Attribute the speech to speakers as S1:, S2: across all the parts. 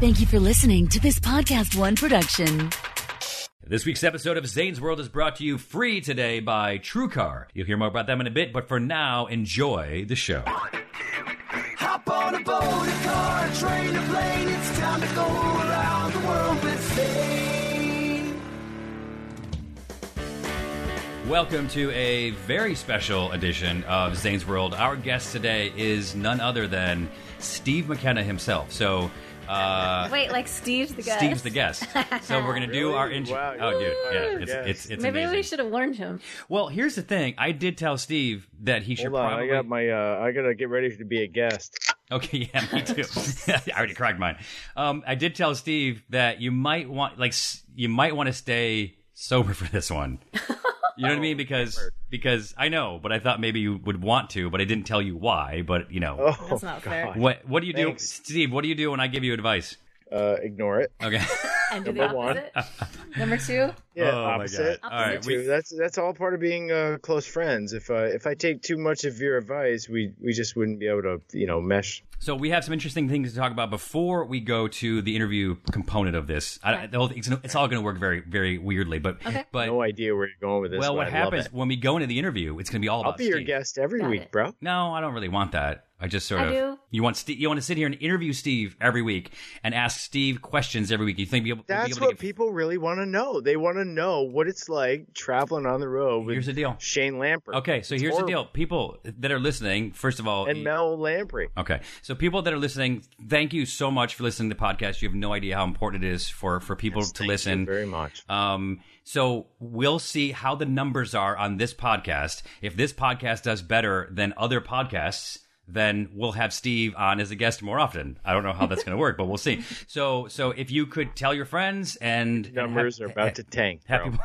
S1: Thank you for listening to this Podcast One production.
S2: This week's episode of Zane's World is brought to you free today by TrueCar. You'll hear more about them in a bit, but for now, enjoy the show.
S3: Hop on a boat, a car, a train, a plane. It's time to go around the world with Zane.
S2: Welcome to a very special edition of Zane's World. Our guest today is none other than Steve McKenna himself. So, uh,
S4: Wait, like Steve's the guest.
S2: Steve's the guest. So we're gonna do our intro.
S5: Wow,
S2: Oh, dude,
S5: you're
S2: yeah,
S5: our
S2: it's
S5: guest.
S2: it's, it's
S4: Maybe
S2: amazing.
S4: we should have warned him.
S2: Well, here's the thing. I did tell Steve that he should
S5: Hold on,
S2: probably.
S5: I got my. Uh, I gotta get ready to be a guest.
S2: Okay, yeah, me too. I already cracked mine. Um, I did tell Steve that you might want, like, s- you might want to stay sober for this one. You know what I
S5: Oh,
S2: mean? Because because I know, but I thought maybe you would want to, but I didn't tell you why. But you know,
S5: Oh,
S4: That's not fair.
S5: God.
S2: what what do you do,
S5: Thanks.
S2: Steve? What do you do when I give you advice?
S5: Uh, ignore it.
S2: Okay,
S4: And do the
S5: Number one.
S4: opposite. Number two.
S5: Yeah,
S2: Oh, my
S5: opposite.
S2: God. All right,
S5: Too.
S2: we-
S5: that's that's all part of being uh, close friends. If uh, if I take too much of your advice, we we just wouldn't be able to you know mesh.
S2: so we have some interesting things to talk about before we go to the interview component of this. I, the whole thing, it's, it's all going to work very very weirdly, but but
S5: No idea where you're going with this.
S2: well,
S5: but
S2: what
S5: I love
S2: happens
S5: it.
S2: when we go into the interview? It's going to be all about.
S5: I'll be your
S2: Steve.
S5: guest every
S4: Got
S5: week,
S4: it.
S5: bro.
S2: No, I don't really want that. I just sort
S4: I
S2: of
S4: do.
S2: you want Steve, you want to sit here and interview Steve every week and ask Steve questions every week. You think you'll be able,
S5: That's
S2: to
S5: what
S2: get-
S5: people really want to know. They want to know what it's like traveling on the road with
S2: Here's the deal.
S5: Shane Lamper.
S2: Okay, so
S5: It's
S2: here's the
S5: horrible.
S2: deal. People that are listening, first of all,
S5: And Mel Lamprey.
S2: Okay. So people that are listening, thank you so much for listening to the podcast. You have no idea how important it is for for people to
S5: Thank you
S2: listen.
S5: very much.
S2: Um, so we'll see how the numbers are on this podcast. If this podcast does better than other podcasts, then we'll have Steve on as a guest more often. I don't know how that's going to work, but we'll see. So, so if you could tell your friends and and
S5: Numbers are about to tank.
S2: have,
S5: bro.
S2: have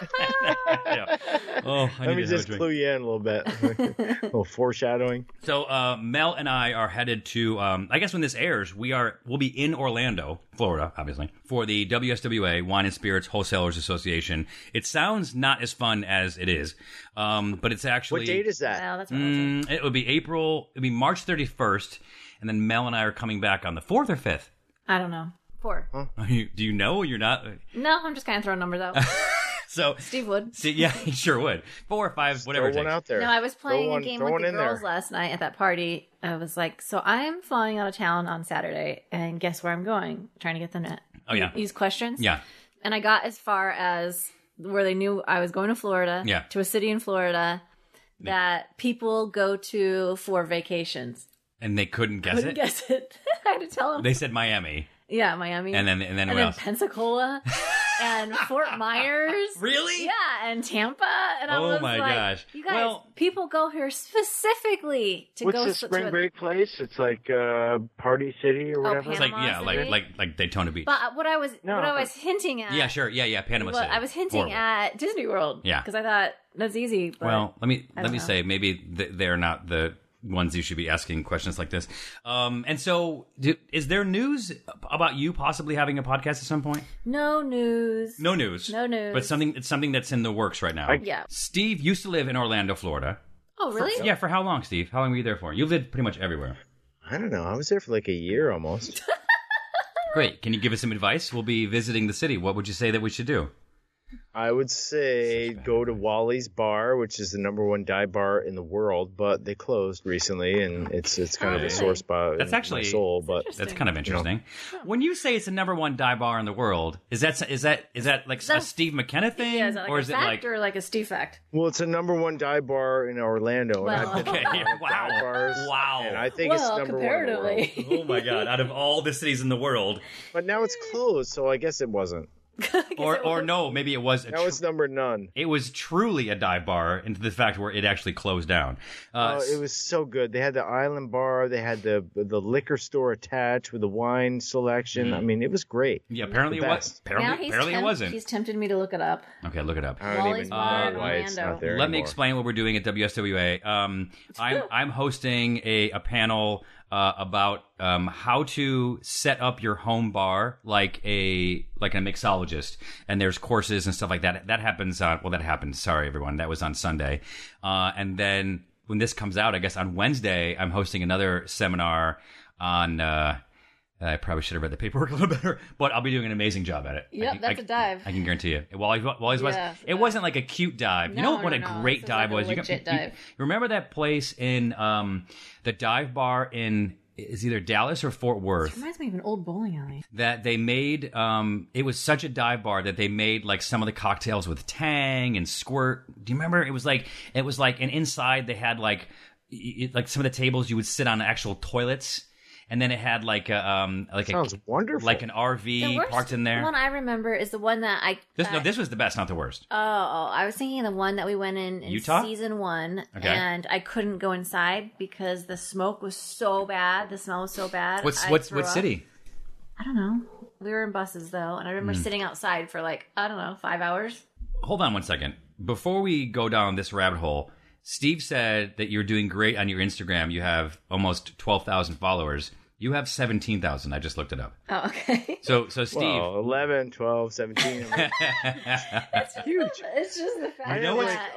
S2: people- Yeah. Oh, I need to
S5: Let me
S2: have a
S5: just
S2: drink.
S5: clue you in a little bit. a little foreshadowing.
S2: So uh, Mel and I are headed to. Um, I guess when this airs, we are we'll be in Orlando, Florida, obviously for the WSWA Wine and Spirits Wholesalers Association. It sounds not as fun as it is, um, but it's actually
S5: What date is that?
S4: Well, that's what I'll do.
S2: Mm, it would be April. It'd be March thirty first, and then Mel and I are coming back on the fourth or fifth.
S4: I don't know. Four.
S2: Do you know? You're not.
S4: No, I'm just kind of throwing numbers out.
S2: So
S4: Steve would.
S2: see, yeah, you sure would. Four or five, whatever. it
S5: Throw one
S2: takes.
S5: out there.
S4: No, I was
S5: Throw
S4: playing
S5: one-
S4: a game
S5: throw
S4: with
S5: one
S4: the
S5: in there.
S4: girls last night at that party. I was like, so I'm flying out of town on Saturday, and guess where I'm going? Trying to get them to
S2: Oh, yeah.
S4: use questions.
S2: Yeah.
S4: and I got as far as where they knew I was going to Florida,
S2: Yeah.
S4: to a city in Florida that people go to for vacations.
S2: And they couldn't guess
S4: Couldn't
S2: it.
S4: guess it. I had to tell them.
S2: They said Miami,
S4: yeah, Miami,
S2: and then and then what
S4: and then
S2: else?
S4: Pensacola and Fort Myers.
S2: Really?
S4: Yeah, and Tampa. And I
S2: Oh
S4: was
S2: my
S4: like,
S2: gosh.
S4: You guys,
S2: Well-
S4: people go here specifically to
S5: What's
S4: go
S5: the
S4: to-
S5: spring
S4: to-
S5: break place? It's like uh, Party City or whatever.
S4: Pan-
S2: It's like yeah,
S4: Panama
S2: like
S4: City?
S2: like like Daytona Beach.
S4: But what I was
S5: No,
S4: what I
S5: but-
S4: was hinting at
S2: yeah, sure. Yeah, yeah, Panama
S4: Well,
S2: City.
S4: I was hinting
S2: Horrible.
S4: at Disney World.
S2: Yeah.
S4: Because I thought that's easy. But
S2: Well, let me
S4: I
S2: let
S4: don't
S2: me
S4: know.
S2: say maybe th- they're not the ones you should be asking questions like this. Um, and so, do, is there news about you possibly having a podcast at some point?
S4: no news.
S2: No news.
S4: No news.
S2: But something it's something that's in the works right now.
S4: Yeah.
S2: Steve used to live in Orlando, Florida.
S4: Oh, really?
S2: Yeah, for how long, Steve? How long were you there for? You lived pretty much everywhere.
S5: I don't know. I was there for like a year almost.
S2: Great. Can you give us some advice? We'll be visiting the city. What would you say that we should do?
S5: I would say go to Wally's Bar, which is the number one dive bar in the world, but they closed recently, and it's it's kind of a
S4: really?
S5: sore spot
S2: That's
S5: in
S2: actually-
S5: my soul. But
S2: That's kind of interesting. When you say it's the number one dive bar in the world, is that is that is that like a
S4: That's-
S2: Steve McKenna thing,
S4: Yeah, is that like
S2: or
S4: a
S2: is it
S4: fact
S2: like
S4: or like a Steve fact?
S5: well, it's a number one dive bar in Orlando. and
S4: Well.
S5: I've been
S2: okay, wow,
S5: dive bars,
S2: wow?
S5: and I think it's
S4: well,
S5: number one. in the world.
S4: comparatively.
S2: oh my god! Out of all the cities in the world,
S5: But now it's closed, so I guess it wasn't.
S2: or or no, maybe it was a
S5: Now
S2: tr-
S5: it's number none.
S2: it was truly a dive bar into the fact where it actually closed down. Uh,
S5: Oh, it was so good. They had the island bar. They had the the liquor store attached with the wine selection. I mean, it was great.
S2: Mm-hmm. yeah, apparently it
S5: the
S2: was.
S5: best.
S4: now
S2: Apparently,
S4: he's
S2: apparently it
S4: tempt-
S2: wasn't.
S4: He's tempted me to look it up.
S2: Okay, look it up.
S5: I don't
S4: Wally's
S5: even
S4: Bar
S5: know why it's
S4: Orlando.
S5: not there.
S2: Let me
S5: anymore.
S2: explain what we're doing at WSWA. Um, I'm I'm hosting a, a panel uh, about um, how to set up your home bar like a like a mixologist, and there's courses and stuff like that. That happens on well, that happened. Sorry, everyone, that was on Sunday, uh, and then when this comes out, I guess on Wednesday, I'm hosting another seminar on. Uh, I probably should have read the paperwork a little better, but I'll be doing an amazing job at it. I
S4: Yep,
S2: can-
S4: that's
S2: I-
S4: a dive.
S2: I can guarantee you. Wally's, Wally's West.
S4: Yeah,
S2: it wasn't like a cute dive. you
S4: No,
S2: know what
S4: no,
S2: a
S4: no.
S2: great
S4: This is
S2: dive
S4: like a
S2: was. You
S4: legit
S2: can- you-
S4: dive.
S2: you remember that place in um, the dive bar in is either Dallas or Fort Worth
S4: Reminds me of an old bowling alley.
S2: that they made um it was such a dive bar that they made like some of the cocktails with tang and squirt do you remember it was like it was like and inside they had like y- y like some of the tables you would sit on actual toilets and then it had like a um like
S5: Sounds
S2: a
S5: wonderful.
S2: like an rv parked in there
S4: one I remember is the one that I.
S2: this no
S4: that-
S2: this was the best not the worst
S4: Oh, oh, I was thinking the one that we went in in
S2: Utah?
S4: season one,
S2: Okay.
S4: and I couldn't go inside because the smoke was so bad, the smell was so bad.
S2: what's
S4: I
S2: what's
S4: threw
S2: what
S4: up.
S2: city
S4: I don't know. We were in buses though, and I remember
S2: Hmm.
S4: sitting outside for like I don't know five hours.
S2: hold on one second before we go down this rabbit hole steve said that you're doing great on your instagram you have almost 12000 followers you have 17000 i just looked it up
S4: Oh, okay.
S2: So, so Steve,
S5: Well, 11, 12, 17. I
S4: Huge. It's just the fact.
S2: I know
S5: know
S2: it's-
S5: like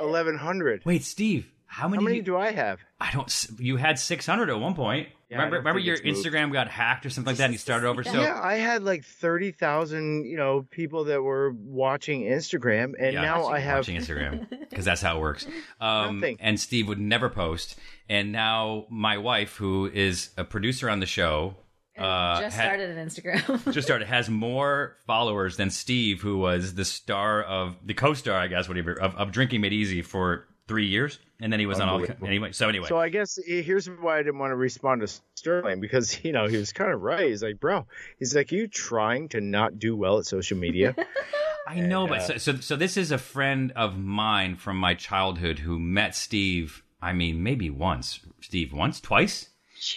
S5: 1,100.
S2: wait, Steve, how many?
S5: How many
S2: you-
S5: do I have?
S2: I don't. s- You had six hundred at one point.
S5: Yeah, I
S2: remember,
S5: don't
S2: remember your
S5: think it's moved.
S2: Instagram got hacked or something like that, and you started over. So,
S5: yeah, I had like 30,000, you know, people that were watching Instagram, and
S2: Yeah,
S5: now I have
S2: watching Instagram because that's how it works. Um,
S5: Nothing.
S2: and Steve would never post, and now my wife, who is a producer on the show, uh,
S4: just
S2: had-
S4: started an Instagram.
S2: just started has more followers than Steve, who was the star of the co-star, I guess, whatever, of, of Drinking Made Easy for three years, and then he was on all
S5: Unbelievable.
S2: anyway. So anyway,
S5: So I guess eh, here's why I didn't want to respond to Sterling because you know he was kind of right. He's like, bro, he's like, you trying to not do well at social media?
S2: I know, but
S5: uh,
S2: so, so so this is a friend of mine from my childhood who met Steve. I mean, maybe once, Steve, once, twice,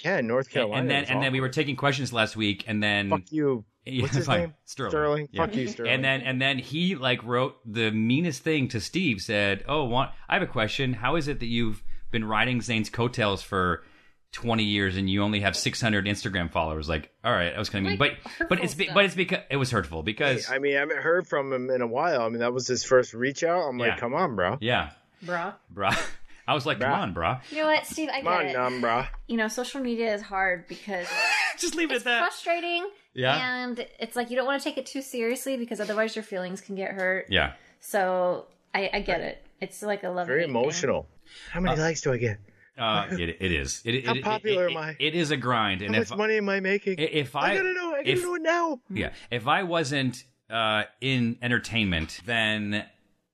S5: yeah, in North
S2: and,
S5: Carolina.
S2: then
S5: it's
S2: and then we were taking questions last week, and then
S5: awful. fuck you.
S2: Yeah,
S5: What's his
S2: fine.
S5: name?
S2: Sterling.
S5: Sterling.
S2: Yeah.
S5: Fuck you, Sterling.
S2: and then and then he like wrote the meanest thing to Steve. Said, "Oh, want, I have a question. How is it that you've been riding Zane's coattails for?" 20 years and you only have 600 Instagram followers like all right I was kind of mean
S4: Like,
S2: but but it's
S4: hurtful
S2: be,
S4: stuff.
S2: but it's because it was hurtful because
S5: I mean, I haven't heard from him in a while. I mean, that was his first reach out. I'm
S2: Yeah.
S5: like, come on, bro.
S2: yeah
S4: Bruh.
S2: brah I was like come
S5: Bruh.
S2: on brah
S4: You know what, Steve? I
S5: Come on,
S4: get it.
S5: numb, bro.
S4: You know, social media is hard because
S2: just leave it at that
S4: frustrating.
S2: Yeah.
S4: And it's like you don't want to take it too seriously because otherwise your feelings can get hurt.
S2: Yeah.
S4: So I, I get it. It's like a love.
S5: Very
S4: hate thing.
S5: emotional. How many likes do I get?
S2: Uh, it, it is. It,
S5: How
S2: it- it-
S5: popular
S2: it-
S5: am I?
S2: It is a grind, and
S5: How
S2: if
S5: much money am I making?
S2: if I,
S5: I, gotta know. I gotta
S2: if,
S5: know it now.
S4: Mm-hmm.
S2: yeah, if I wasn't uh, in entertainment, then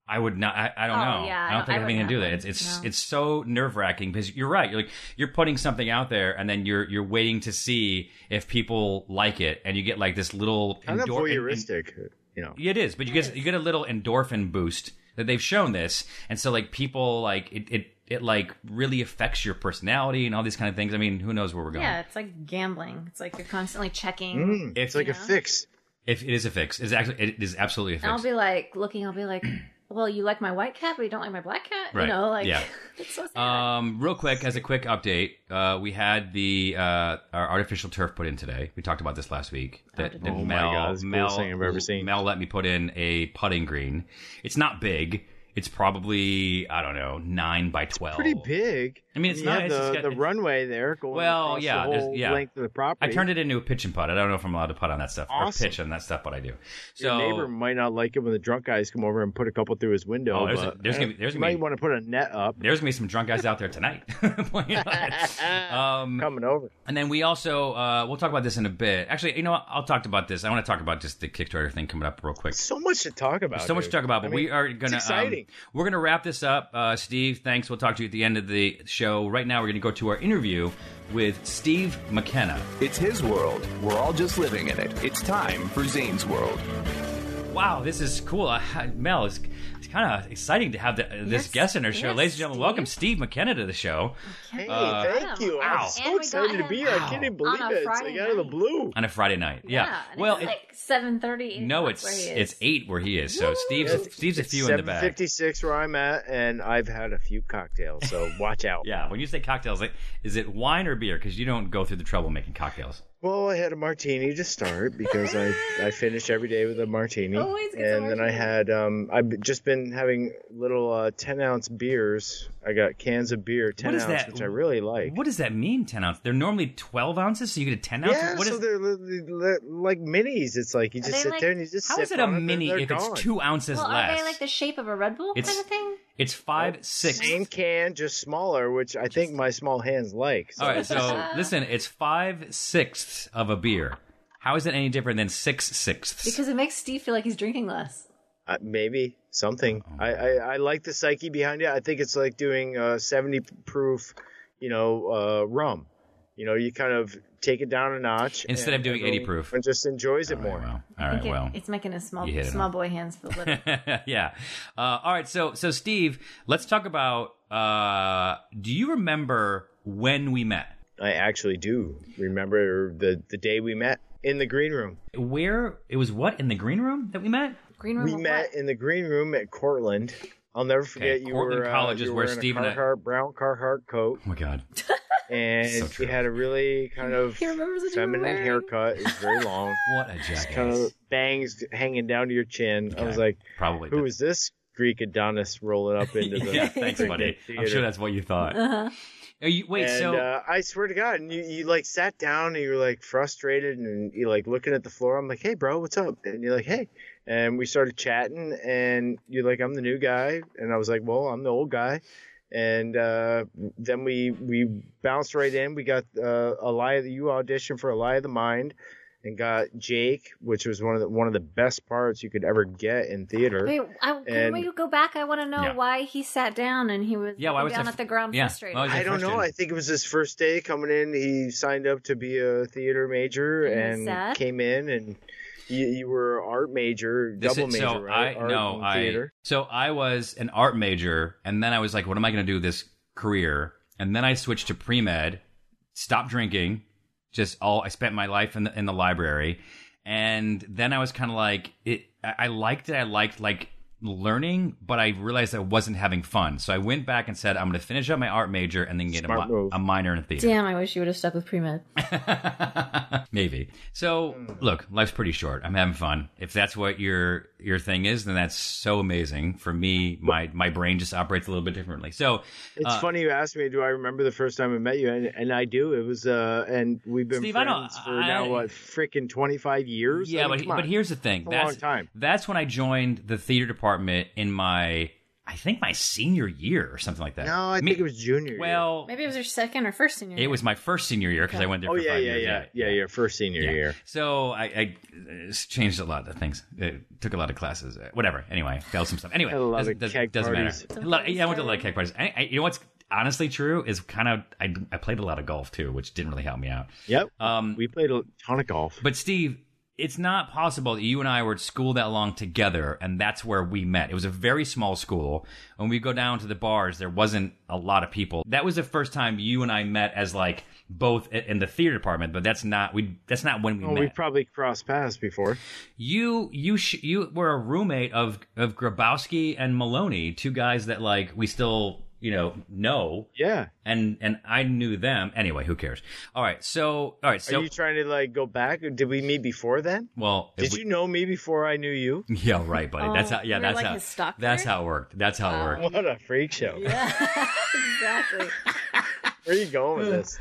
S2: I would not. I, I don't
S4: Oh,
S2: know.
S4: yeah,
S2: I don't
S4: I
S2: think I have
S4: would
S2: anything to do with
S4: not.
S2: it. It's it's
S4: No.
S2: it's so nerve wracking because you're right. You're like you're putting something out there, and then you're you're waiting to see if people like it, and you get like this little
S5: I'm not
S2: endor- en- en-
S5: voyeuristic. You know.
S2: It is, but you get you get a little endorphin boost that they've shown this, and so like people like it it it like really affects your personality and all these kind of things. I mean, who knows where we're going?
S4: Yeah, it's like gambling. It's like you're constantly checking.
S2: If
S5: Hmm. It's like
S4: You
S5: a
S4: know?
S5: fix.
S2: if it is a fix, it's actually it is absolutely a
S4: And I'll
S2: fix.
S4: be like looking. I'll be like, well, you like my white cat, but you don't like my black cat.
S2: Right.
S4: You know, like
S2: Yeah.
S4: it's so sad.
S2: Um, real quick, as a quick update, uh, we had the uh, our artificial turf put in today. We talked about this last week. That, that
S5: Oh my
S2: Mel,
S5: God, it's the
S2: Mel,
S5: coolest thing I've ever seen.
S2: Mel let me put in a putting green. It's not big. It's probably I don't know nine by twelve.
S5: pretty big.
S2: I mean, it's
S5: You
S2: not-
S5: have
S2: it's-
S5: the,
S2: it's got-
S5: the
S2: it's-
S5: runway there going
S2: Well,
S5: across
S2: yeah,
S5: the
S2: there's-
S5: whole
S2: yeah.
S5: length of the
S2: I
S5: property.
S2: turned it into a pitch and putt. I don't know if I'm allowed to putt on that stuff
S5: Awesome.
S2: or pitch on that stuff, but I do.
S5: Your
S2: So
S5: neighbor might not like it when the drunk guys come over and put a couple through his window.
S2: Oh, there's a-
S5: but eh,
S2: there's gonna be- there's
S5: you
S2: gonna
S5: might
S2: be-
S5: want to put a net up
S2: there's gonna be some drunk guys out there tonight. playing that. um,
S5: coming over.
S2: and then we also uh, we'll talk about this in a bit. Actually, you know, what? I'll talk about this. I want to talk about just the Kickstarter thing coming up real quick.
S5: So much to talk about.
S2: so much to
S5: dude.
S2: talk about, but
S5: I mean,
S2: we are gonna
S5: it's
S2: um,
S5: exciting.
S2: we're gonna wrap this up. Uh, Steve, thanks. We'll talk to you at the end of the show. Right now, we're gonna go to our interview with Steve McKenna.
S6: It's his world. We're all just living in it. It's time for Zane's World.
S2: Wow, this is cool. I, Mel, it's, it's kind of exciting to have the, uh, this
S4: Yes,
S2: guest in our show,
S4: yes,
S2: ladies and gentlemen.
S4: Steve.
S2: Welcome Steve McKenna to the show.
S5: Hey,
S2: Uh,
S5: thank you.
S2: wow.
S5: I'm
S4: And
S5: so
S4: we
S5: excited
S4: got
S5: to be
S4: him
S5: here. I can't even believe
S4: on
S5: it.
S4: a
S5: It's
S4: Friday
S5: like out of the
S4: night.
S5: blue.
S2: on a Friday night. Yeah.
S4: and
S2: well,
S4: it's
S2: it-
S4: like seven thirty.
S2: no, it's it's eight where he is. So Steve's Steve's a few in the bag.
S5: 56 where I'm at, and I've had a few cocktails, so watch out.
S2: Yeah. When you say cocktails, like, is it wine or beer? Because you don't go through the trouble making cocktails.
S5: Well, I had a martini to start because I, I finish every day with a martini.
S4: Always gets a
S5: and then I
S4: martini.
S5: had um I've b- just been having little uh, ten ounce beers. I got cans of beer, ten
S2: What is
S5: ounce,
S2: that?
S5: which I really like.
S2: What does that mean? Ten ounce? They're normally twelve ounces, so you get a ten ounce.
S5: yeah,
S2: What
S5: so
S2: is-
S5: they're li- li- li- like minis. It's like you
S4: they
S5: just sit
S4: like-
S5: there and you just
S2: how
S5: sip
S2: is it a
S5: on and
S2: mini
S5: they're
S2: if
S5: gone.
S2: it's two ounces
S4: Well,
S2: less?
S4: are they like the shape of a Red Bull
S2: It's-
S4: kind of thing?
S2: it's five, six.
S5: Same can, just smaller, which I think my small hands like. So
S2: All right, so listen, it's five sixths of a beer. How is it any different than six sixths?
S4: Because it makes Steve feel like he's drinking less.
S5: uh, maybe something.
S2: Oh,
S5: I, I I like the psyche behind it. I think it's like doing uh, seventy proof, you know, uh, rum. You know, you kind of take it down a notch
S2: Instead
S5: and
S2: of doing 80
S5: everyone
S2: proof. Oh,
S5: just enjoys it more.
S2: well, all right,
S4: Okay,
S2: well,
S4: it's making his small
S2: you hit it
S4: small
S2: all.
S4: boy hands feel little.
S2: yeah. Uh, all right. So, so Steve, let's talk about. Uh, do you remember when we met?
S5: I actually do remember the the day we met in the green room.
S2: Where it was? What in the green room that we met?
S4: Green room.
S5: We
S4: of
S5: met
S4: what?
S5: in the green room at Cortland. I'll never forget you
S2: Cortland
S5: were
S2: College
S5: uh,
S2: is
S5: you were
S2: where
S5: in a
S2: Steve and I-
S5: Carhartt- brown Carhartt coat.
S2: Oh my god. So
S5: and
S2: true.
S5: he had a really kind of
S4: He remembers what you were
S5: feminine
S4: wearing.
S5: haircut. It was very long,
S2: What a jackass.
S5: kind of bangs hanging down to your chin. I was like,
S2: Probably.
S5: "Who is this Greek Adonis rolling up into the?"
S2: yeah. Thanks, buddy. I'm sure that's what you thought. Are you wait?
S5: And
S2: so
S5: uh, I swear to God, and you, you like sat down and you were like frustrated and you like looking at the floor. I'm like, hey, bro, what's up? And you're like, hey. And we started chatting, and you're like, I'm the new guy, and I was like, well, I'm the old guy. And uh, then we we bounced right in. We got uh, a lie of the you audition for a lie of the mind, and got Jake, which was one of the one of the best parts you could ever get in theater.
S4: Wait, I, can
S5: And-
S4: we go back? I want to know
S2: Yeah.
S4: why he sat down and he was
S2: Yeah, why
S4: looking
S2: was
S4: down
S2: the-
S4: at the ground
S2: yeah,
S4: frustrated.
S2: why was
S5: I
S2: Good
S5: don't know.
S2: question.
S5: I think it was his first day coming in. He signed up to be a theater major
S4: And was
S5: and
S4: sad?
S5: came in, and you, you were an art major,
S2: This
S5: double
S2: is-
S5: major,
S2: so
S5: right?
S2: I
S5: art
S2: no,
S5: and
S2: I
S5: theater.
S2: so I was an art major, and then I was like, what am I going to do this career? And then I switched to pre med, stopped drinking, just all I spent my life in the in the library, and then I was kind of like it. I I liked it. I liked like learning, but I realized I wasn't having fun. So I went back and said, I'm going to finish up my art major and then get a,
S5: Smart
S2: mi-
S5: move.
S2: a minor in theater.
S4: Damn, I wish you would have stuck with pre med.
S2: Maybe. So look, life's pretty short. I'm having fun. If that's what your your thing is, then that's so amazing. For me, my my brain just operates a little bit differently. So
S5: It's
S2: uh,
S5: funny you asked me. Do I remember the first time I met you? And, and I do. It was, uh, and we've been
S2: Steve, I don't-
S5: friends for now
S2: I-
S5: what, freaking twenty five years? I
S2: yeah,
S5: mean,
S2: but
S5: come on.
S2: but here's the thing.
S5: It's a
S2: that's
S5: long time.
S2: that's when I joined the theater department in my I think my senior year or something like that.
S5: no, I
S2: Me-
S5: think it was junior. year.
S2: well.
S4: Maybe it was your second or first senior.
S2: It was my first senior year because I went there
S5: oh
S2: for
S5: yeah,
S2: five
S5: yeah,
S2: years.
S5: yeah, yeah, yeah. First senior
S2: Yeah.
S5: year.
S2: So I, I uh, changed a lot of things. Uh took a lot of classes. Uh, Whatever. Anyway, failed some stuff. Anyway,
S5: Had a lot
S2: doesn't,
S5: of
S2: doesn't-
S5: keg
S2: doesn't
S5: parties.
S2: matter. A lot- yeah, I went to a lot of keg parties. I, I, you know what's honestly true is kind of I, I played a lot of golf too, which didn't really help me out.
S5: Yep.
S2: Um,
S5: we played a ton of golf.
S2: but Steve, it's not possible that you and I were at school that long together, and that's where we met. It was a very small school. When we go down to the bars, there wasn't a lot of people. That was the first time you and I met as like both i- in the theater department, but that's not we. That's not when we
S5: well,
S2: met.
S5: Oh, we probably crossed paths before.
S2: You you sh- you were a roommate of of Grabowski and Maloney, two guys that like we still you know know,
S5: Yeah.
S2: and and I knew them anyway. Who cares? All right, so all right,
S5: Are
S2: so
S5: you trying to like go back? Or Did we meet before then?
S2: well, if
S5: Did you know me before I knew you?
S2: we, yeah, right, buddy. that's
S4: Oh,
S2: how yeah,
S4: you were
S2: that's
S4: like
S2: how
S4: his stalker?
S2: that's how it worked. That's how it worked.
S5: What a freak show!
S4: exactly.
S5: Where are you going with this?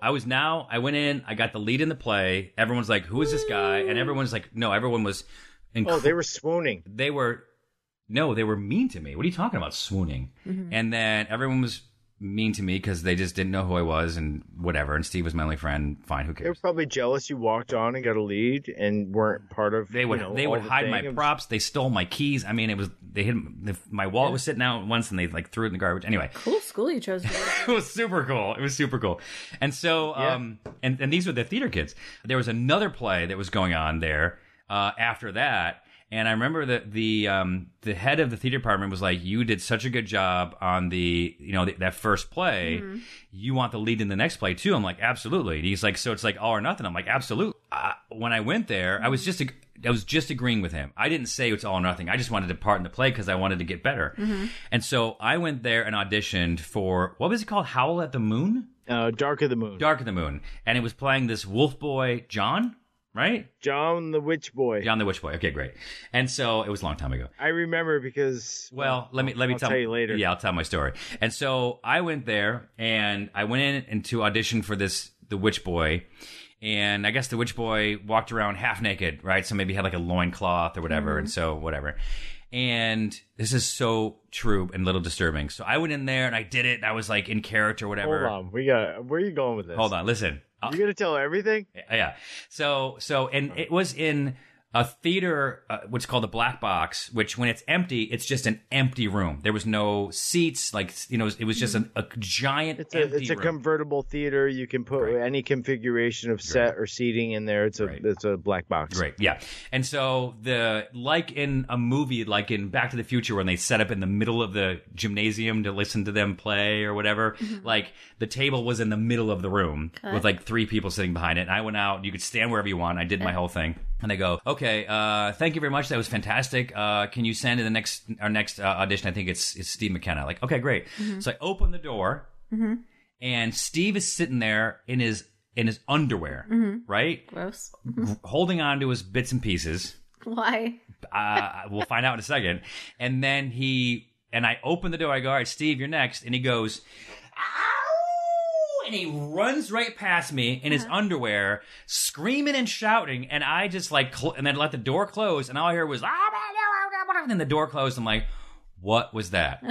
S2: I was now. I went in. I got the lead in the play. Everyone's like, "Who is this guy?" And everyone's like, "No." Everyone was. Inc-
S5: Oh, they were swooning.
S2: they were no they were mean to me what are you talking about swooning and then everyone was mean to me because they just didn't know who i was and whatever and steve was my only friend fine who
S5: They were
S2: cares
S5: probably jealous you walked on and got a lead and weren't part of.
S2: they would
S5: you know,
S2: they
S5: all
S2: would
S5: the
S2: hide my
S5: thing of-
S2: props they stole my keys i mean it was they hid the, my wallet was sitting out once and they like threw it in the garbage anyway
S4: Cool school you chose. to go to.
S2: it was super cool. It was super cool. And so, um, and, and these were the theater kids. There was another play that was going on there uh, after that. And I remember that the um, the head of the theater department was like, "You did such a good job on the you know th- that first play. You want the lead in the next play too." I'm like, "Absolutely." And he's like, "So it's like all or nothing." I'm like, "Absolutely." Uh, when I went there, I was just ag- I was just agreeing with him. I didn't say it's all or nothing. I just wanted to part in the play because I wanted to get better. And so I went there and auditioned for what was it called? Howl at the Moon.
S5: Uh, Dark of the Moon.
S2: Dark of the Moon, and it was playing this Wolf Boy John, right?
S5: John the Witch Boy.
S2: John the Witch Boy. Okay, great. And so it was a long time ago.
S5: I remember because uh,
S2: Well, let me let me
S5: I'll tell you later.
S2: Yeah, I'll tell my story. And so I went there, and I went in and to audition for this the Witch Boy, and I guess the Witch Boy walked around half naked, right? So maybe had like a loincloth or
S5: Mm-hmm.
S2: whatever, and so whatever. And this is so true and little disturbing. So I went in there and I did it, and I was like in character,
S5: hold
S2: whatever.
S5: on, we got. Where are you going with this?
S2: Hold on, listen. I'll-
S5: You're gonna tell everything?
S2: yeah. So so and it was in a theater, uh, what's called the black box, which when it's empty, it's just an empty room. There was no seats, like you know, it was just an, a giant
S5: It's a
S2: empty
S5: it's a
S2: room.
S5: convertible theater. You can put
S2: Right.
S5: any configuration of set or seating in there. It's a
S2: Right.
S5: it's a black box.
S2: Great, yeah. And so the like in a movie, like in Back to the Future, when they set up in the middle of the gymnasium to listen to them play or whatever, like the table was in the middle of the room with like three people sitting behind it. And I went out. You could stand wherever you want. I did my whole thing, and I go, okay, uh, thank you very much. That was fantastic. Uh, can you send in the next our next uh, audition? I think it's it's Steve McKenna. Like, okay, great. So I open the door and Steve is sitting there in his in his underwear, right,
S4: Gross.
S2: holding on to his bits and pieces.
S4: Why?
S2: Uh, we'll find out in a second. And then he and I open the door. I go, "All right, Steve, you're next." And he goes, "Ow!" And he runs right past me in his underwear, screaming and shouting. And I just like, cl- and then let the door close, and all I hear was, "Ah, blah, blah, blah, blah," and then the door closed. I'm like, "What was that?"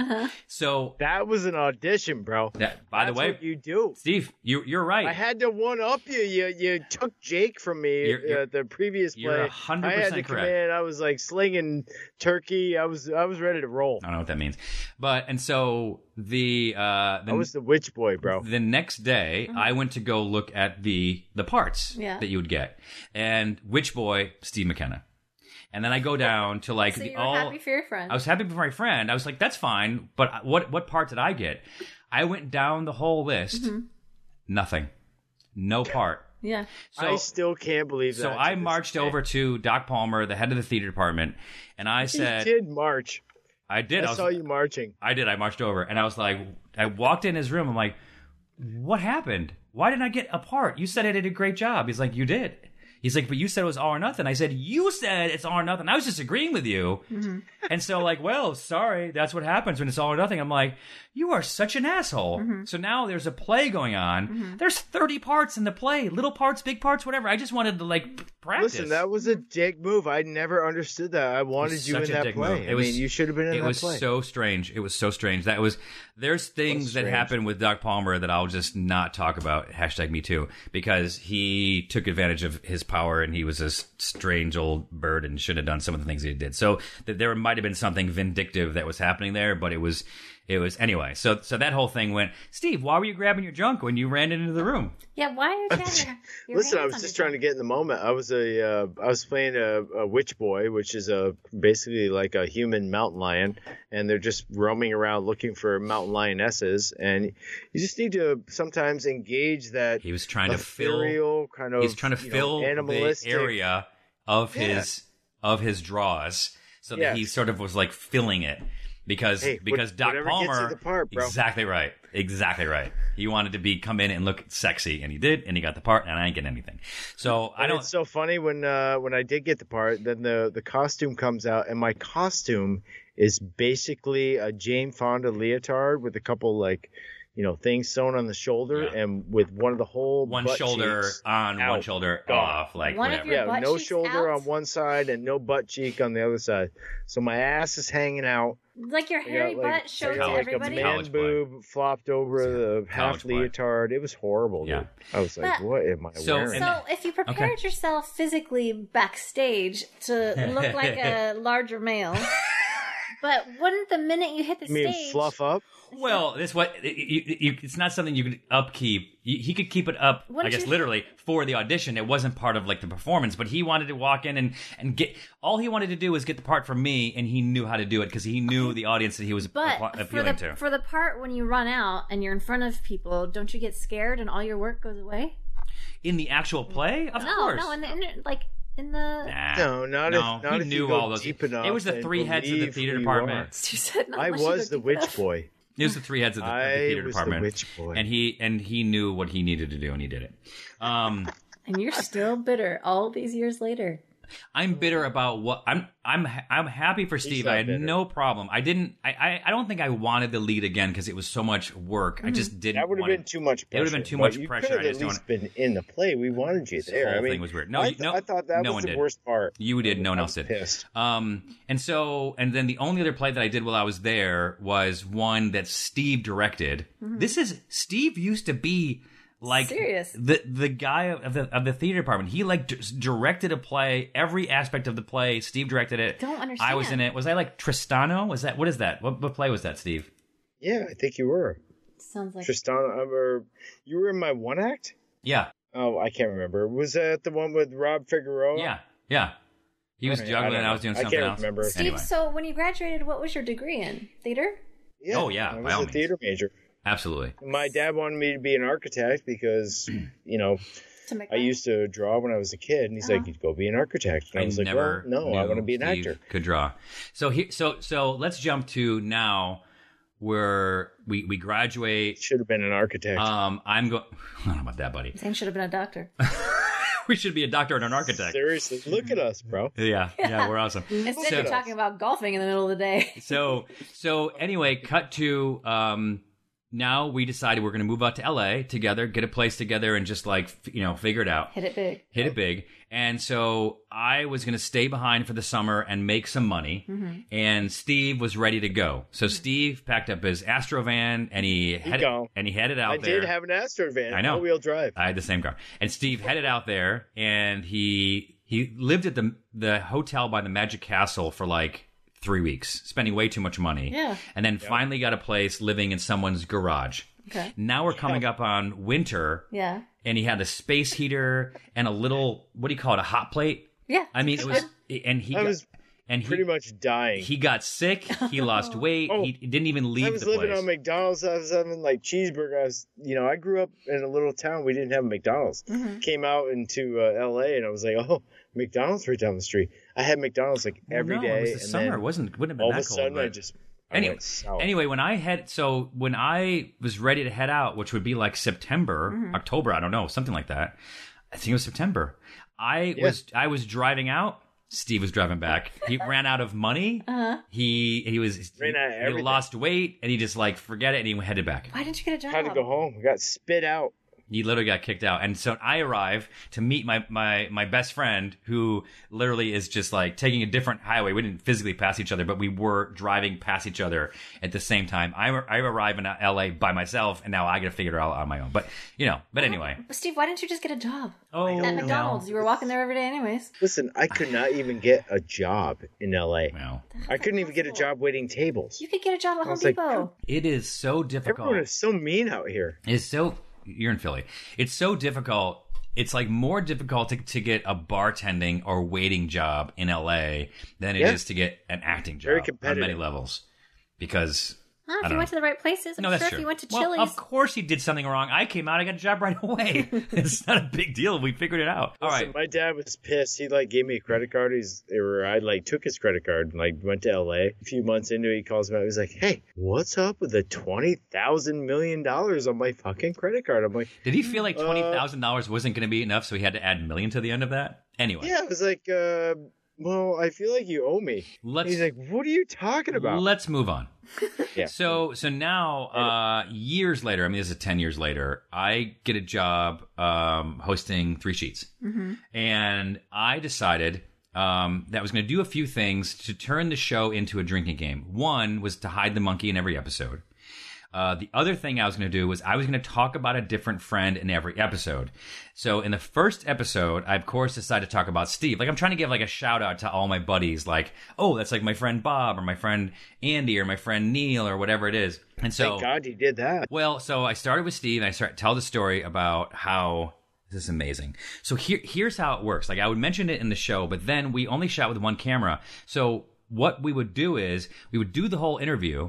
S2: So,
S5: That was an audition, bro.
S2: that, by the
S5: That's
S2: way,
S5: what you do.
S2: Steve, you you're right.
S5: I had to one up you. You you took Jake from me
S2: You're- you're-
S5: uh, the previous
S2: you're
S5: play.
S2: 100%
S5: I had to
S2: correct.
S5: come in. I was like slinging turkey. I was I was ready to roll.
S2: I don't know what that means, but and so the uh, the
S5: I was the witch boy, bro.
S2: the next day I went to go look at the the parts
S4: Mm-hmm. Yeah.
S2: that you would get, and Witch Boy Steve McKenna, and then I go down to like
S4: So
S2: the
S4: you were
S2: all.
S4: happy for your friend.
S2: I was happy for my friend. I was like, that's fine, but what what part did I get? I went down the whole list,
S4: Mm-hmm.
S2: nothing, no part.
S4: yeah.
S2: So
S5: I still can't believe that.
S2: so
S5: to
S2: I
S5: this
S2: marched
S5: day.
S2: over to Doc Palmer, the head of the theater department, and I
S5: You
S2: said,
S5: did march.
S2: I did. I,
S5: I
S2: was,
S5: saw you marching.
S2: I did. I marched over and I was like, I walked in his room. I'm like, what happened? Why didn't I get a part? You said I did a great job. He's like, you did. He's like, but you said it was all or nothing. I said, you said it's all or nothing. I was just agreeing with you. And so, like, well, sorry, that's what happens when it's all or nothing. I'm like, you are such an asshole. So now there's a play going on. There's 30 parts in the play, little parts, big parts, whatever. I just wanted to like p- practice.
S5: Listen, that was a dick move. I never understood that. I wanted you
S2: such
S5: in
S2: a
S5: that
S2: dick
S5: play.
S2: move. It
S5: I
S2: was-
S5: mean, you should have been in
S2: it
S5: that
S2: was
S5: play.
S2: so strange. It was so strange. That was there's things that
S5: strange.
S2: happen with Doc Palmer that I'll just not talk about. Hashtag me too, because he took advantage of his power and he was a s- strange old bird and should have done some of the things he did. So th- there might have been something vindictive that was happening there, but it was it was anyway. So so that whole thing went. Steve, why were you grabbing your junk when you ran into the room?
S4: Yeah, why are you trying to
S5: Listen, I was just trying to get in the moment. I was a uh, I was playing a, a witch boy, which is a basically like a human mountain lion, and they're just roaming around looking for mountain lionesses. And you just need to sometimes engage that
S2: He was trying to fill.
S5: ethereal kind of
S2: He's trying to
S5: you know,
S2: fill the
S5: animalistic
S2: area of his of his draws, so that he
S5: Yes.
S2: sort of was like filling it because
S5: Hey, what-
S2: because Doc
S5: whatever gets you
S2: Palmer
S5: the part, bro.
S2: exactly right, exactly right. He wanted to be come in and look sexy, and he did, and he got the part, and I ain't getting anything. So I
S5: And
S2: don't.
S5: It's so funny when uh, when I did get the part, then the the costume comes out, and my costume is basically a Jane Fonda leotard with a couple like, you know, things sewn on the shoulder,
S2: Yeah.
S5: and with one of the whole
S2: one
S5: butt
S2: shoulder
S5: cheeks
S2: on, one
S5: out.
S2: shoulder
S5: Gone.
S2: off, like
S4: One of
S2: whatever.
S4: your-
S5: Yeah,
S4: butt
S5: no
S4: cheeks
S5: shoulder
S4: out?
S5: on one side and no butt cheek on the other side. So my ass is hanging out.
S4: Like your
S5: I
S4: hairy
S5: got, like,
S4: butt showed
S5: I
S4: to
S5: got, like
S4: everybody.
S5: a man
S2: College play.
S5: boob flopped over the half
S2: College play.
S5: leotard. It was horrible.
S2: Yeah.
S5: Dude. I was like,
S4: But-
S5: what am I
S2: So-
S5: wearing?
S2: and-
S4: So if you prepared yourself physically backstage to look like a larger male, but wouldn't the minute you hit the
S5: I mean,
S4: stage,
S5: fluff up.
S2: Well, that's what it- you, you, it's not something you could upkeep. You, he could keep it up, I
S4: Wouldn't
S2: guess,
S4: you-
S2: literally for the audition. It wasn't part of like the performance, but he wanted to walk in and and get all he wanted to do was get the part from me, and he knew how to do it because he knew the audience that he was
S4: but
S2: appa-
S4: for
S2: appealing
S4: the
S2: to.
S4: for the part when you run out and you're in front of people, don't you get scared and all your work goes away?
S2: in the actual play, of
S4: no,
S2: course.
S4: no, in the inter- like in the
S2: Nah.
S5: No, not
S2: no.
S5: if- not
S2: he
S5: if you
S2: knew
S5: go
S2: all those.
S5: deep enough
S2: it was the
S5: and
S2: three heads of the
S5: believe
S2: theater
S5: who you are.
S2: department.
S4: You said not
S5: I
S4: unless you
S5: was
S4: go
S5: the
S4: deep
S5: witch
S4: enough.
S5: boy.
S2: He was the three heads of the, of the
S5: I
S2: theater
S5: was the
S2: department,
S5: witch boy.
S2: and he and he knew what he needed to do, and he did it. Um,
S4: And you're still bitter all these years later.
S2: I'm bitter about what I'm. I'm. ha- I'm happy for Steve.
S5: not
S2: I had
S5: bitter.
S2: no problem. I didn't. I. I, I don't think I wanted the lead again because it was so much work. I just didn't.
S5: Mm. That would have
S2: want
S5: been
S2: it.
S5: too much.
S2: It
S5: pressure.
S2: would have been too
S5: but
S2: much
S5: you
S2: pressure.
S5: could have
S2: I just
S5: at
S2: don't
S5: least been in the play. We wanted you there.
S2: whole
S5: I mean,
S2: thing was weird. No,
S5: I,
S2: you-
S5: th-
S2: no-
S5: I thought that
S2: no
S5: was
S2: one
S5: the
S2: did.
S5: worst part.
S2: You did. No one else did.
S5: pissed.
S2: Um, and so, and then the only other play that I did while I was there was one that Steve directed.
S5: Mm-hmm.
S2: This is Steve used to be like
S4: Serious.
S2: the the guy of the of the theater department. He like d- directed a play, every aspect of the play. Steve directed it.
S4: Don't
S2: I was in
S4: understand.
S2: it. Was I like Tristano? Was that what is that? What, what play was that, Steve?
S5: Yeah, I think you were
S4: Sounds like
S5: Tristan. Or you were in my one act.
S2: Yeah,
S5: Oh, I can't remember. Was that the one with Rob Figueroa?
S2: yeah, yeah. He was
S5: Okay, Oh. I
S2: juggling,
S5: don't
S2: and I was
S5: know.
S2: doing
S5: I
S2: something
S5: can't
S2: else.
S5: remember.
S4: Steve.
S2: Anyway,
S4: So when you graduated, what was your degree in theater?
S2: Oh, yeah,
S5: I
S2: by
S5: was
S2: all
S5: a
S2: means.
S5: theater major.
S2: absolutely.
S5: My dad wanted me to be an architect because, you know,
S4: To make
S5: I used to draw when I was a kid, and he's like,
S4: Uh-huh.
S5: "You'd go be an architect." And I, was like,
S2: never
S5: "Well, no, I
S2: knew
S5: want to be an
S2: Steve
S5: actor."
S2: Could draw. So here, so so let's jump to now where we we graduate.
S5: Should have been an architect.
S2: Um, I'm going. I don't know about that, buddy.
S4: Zane should have been a doctor.
S2: we should be a doctor and an architect.
S5: Seriously, look at us, bro.
S2: Yeah, yeah, we're awesome.
S4: Instead,
S2: So-
S4: you're talking about golfing in the middle of the day.
S2: so so anyway, cut to um now we decided we're going to move out to LA together, get a place together and just like, f- you know, figure it out.
S4: Hit it big.
S2: Hit it big. And so I was going to stay behind for the summer and make some money.
S5: Mm-hmm.
S2: And Steve was ready to go. So Steve packed up his Astrovan and he headed
S5: gone.
S2: and he headed out
S5: I
S2: there.
S5: did have an Astro van,
S2: I know. Uh,
S5: all-wheel drive.
S2: I had the same car. And Steve headed out there, and he he lived at the the hotel by the Magic Castle for like three weeks, spending way too much money.
S4: Yeah.
S2: And then finally got a place living in someone's garage.
S4: Okay.
S2: Now we're coming up on winter,
S4: Yeah.
S2: and he had a space heater and a little what do you call it, a hot plate?
S4: Yeah.
S2: I mean, it was, and he
S5: I
S2: got,
S5: was
S2: and he,
S5: Pretty much dying.
S2: he got sick. He lost weight.
S5: Oh.
S2: he didn't even leave
S5: I was
S2: the
S5: living
S2: place.
S5: on McDonald's. I was having like cheeseburger. I was, you know, I grew up in a little town. We didn't have McDonald's. Came out into uh, L.A. and I was like, oh, McDonald's right down the street. I had McDonald's like every
S2: no,
S5: day.
S2: it was the
S5: and
S2: summer.
S5: then
S2: it wasn't wouldn't have been
S5: all of
S2: that
S5: a
S2: cold,
S5: sudden, I
S2: but-
S5: just I
S2: Anyway,
S5: went sour.
S2: anyway, when I had so when I was ready to head out, which would be like September, October, I don't know, something like that. I think it was September. I was I was driving out. Steve was driving back. He ran out of money. He he was
S5: Ran out of
S2: he,
S5: everything.
S2: lost weight and he just like forget it and he headed back.
S4: Why didn't you get a job?
S5: had to go home. I got spit out.
S2: He literally got kicked out. And so I arrive to meet my my my best friend who literally is just like taking a different highway. We didn't physically pass each other, but we were driving past each other at the same time. I I arrive in LA by myself, and now I got to figure it out on my own. But you know,
S4: Oh.
S2: but anyway.
S4: Steve, why didn't you just get a job
S2: Oh,
S4: at McDonald's? You were walking there every day, anyways.
S5: Listen, I could not even get a job in L.A.
S2: Well,
S5: I couldn't even get a job waiting tables.
S4: You could get a job at Home
S5: was like,
S4: Depot.
S2: it is so difficult.
S5: Everyone is so mean out here.
S2: It's so you're in Philly. It's so difficult. It's like more difficult to, to get a bartending or waiting job in LA than it is
S5: Yeah.
S2: to get an acting job
S5: Very
S2: on many
S5: competitive.
S2: levels. Because
S4: Huh,
S2: I
S4: if you
S2: don't
S4: went to
S2: know.
S4: the right places, I'm
S2: no, that's
S4: sure
S2: true.
S4: if you went to
S2: well,
S4: Chili's,
S2: of course he did something wrong. I came out, I got a job right away. it's not a big deal. We figured it out. All
S5: Listen,
S2: right.
S5: My dad was pissed. He like gave me a credit card. He's or I like took his credit card and like went to LA. A few months into it, he calls me up. He's like, Hey, what's up with the twenty thousand million dollars on my fucking credit card? I'm like,
S2: Did he feel like
S5: uh,
S2: twenty thousand dollars wasn't going to be enough, so he had to add a million to the end of that? Anyway,
S5: Yeah, I was like, uh, well, I feel like you owe me.
S2: Let's-
S5: He's like, What are you talking about?
S2: Let's move on.
S5: Yeah.
S2: So so now uh, years later, I mean this is ten years later, I get a job um, hosting Three Sheets, and I decided um, that I was going to do a few things to turn the show into a drinking game. One was to hide the monkey in every episode. Uh, the other thing I was going to do was I was going to talk about a different friend in every episode. So in the first episode, I of course decided to talk about Steve. Like I'm trying to give like a shout out to all my buddies. Like, oh, that's like my friend Bob or my friend Andy or my friend Neil or whatever it is. And so,
S5: Thank God you did that.
S2: well, so I started with Steve and I start tell the story about how this is amazing. So here here's how it works. Like I would mention it in the show, but then we only shot with one camera. So what we would do is we would do the whole interview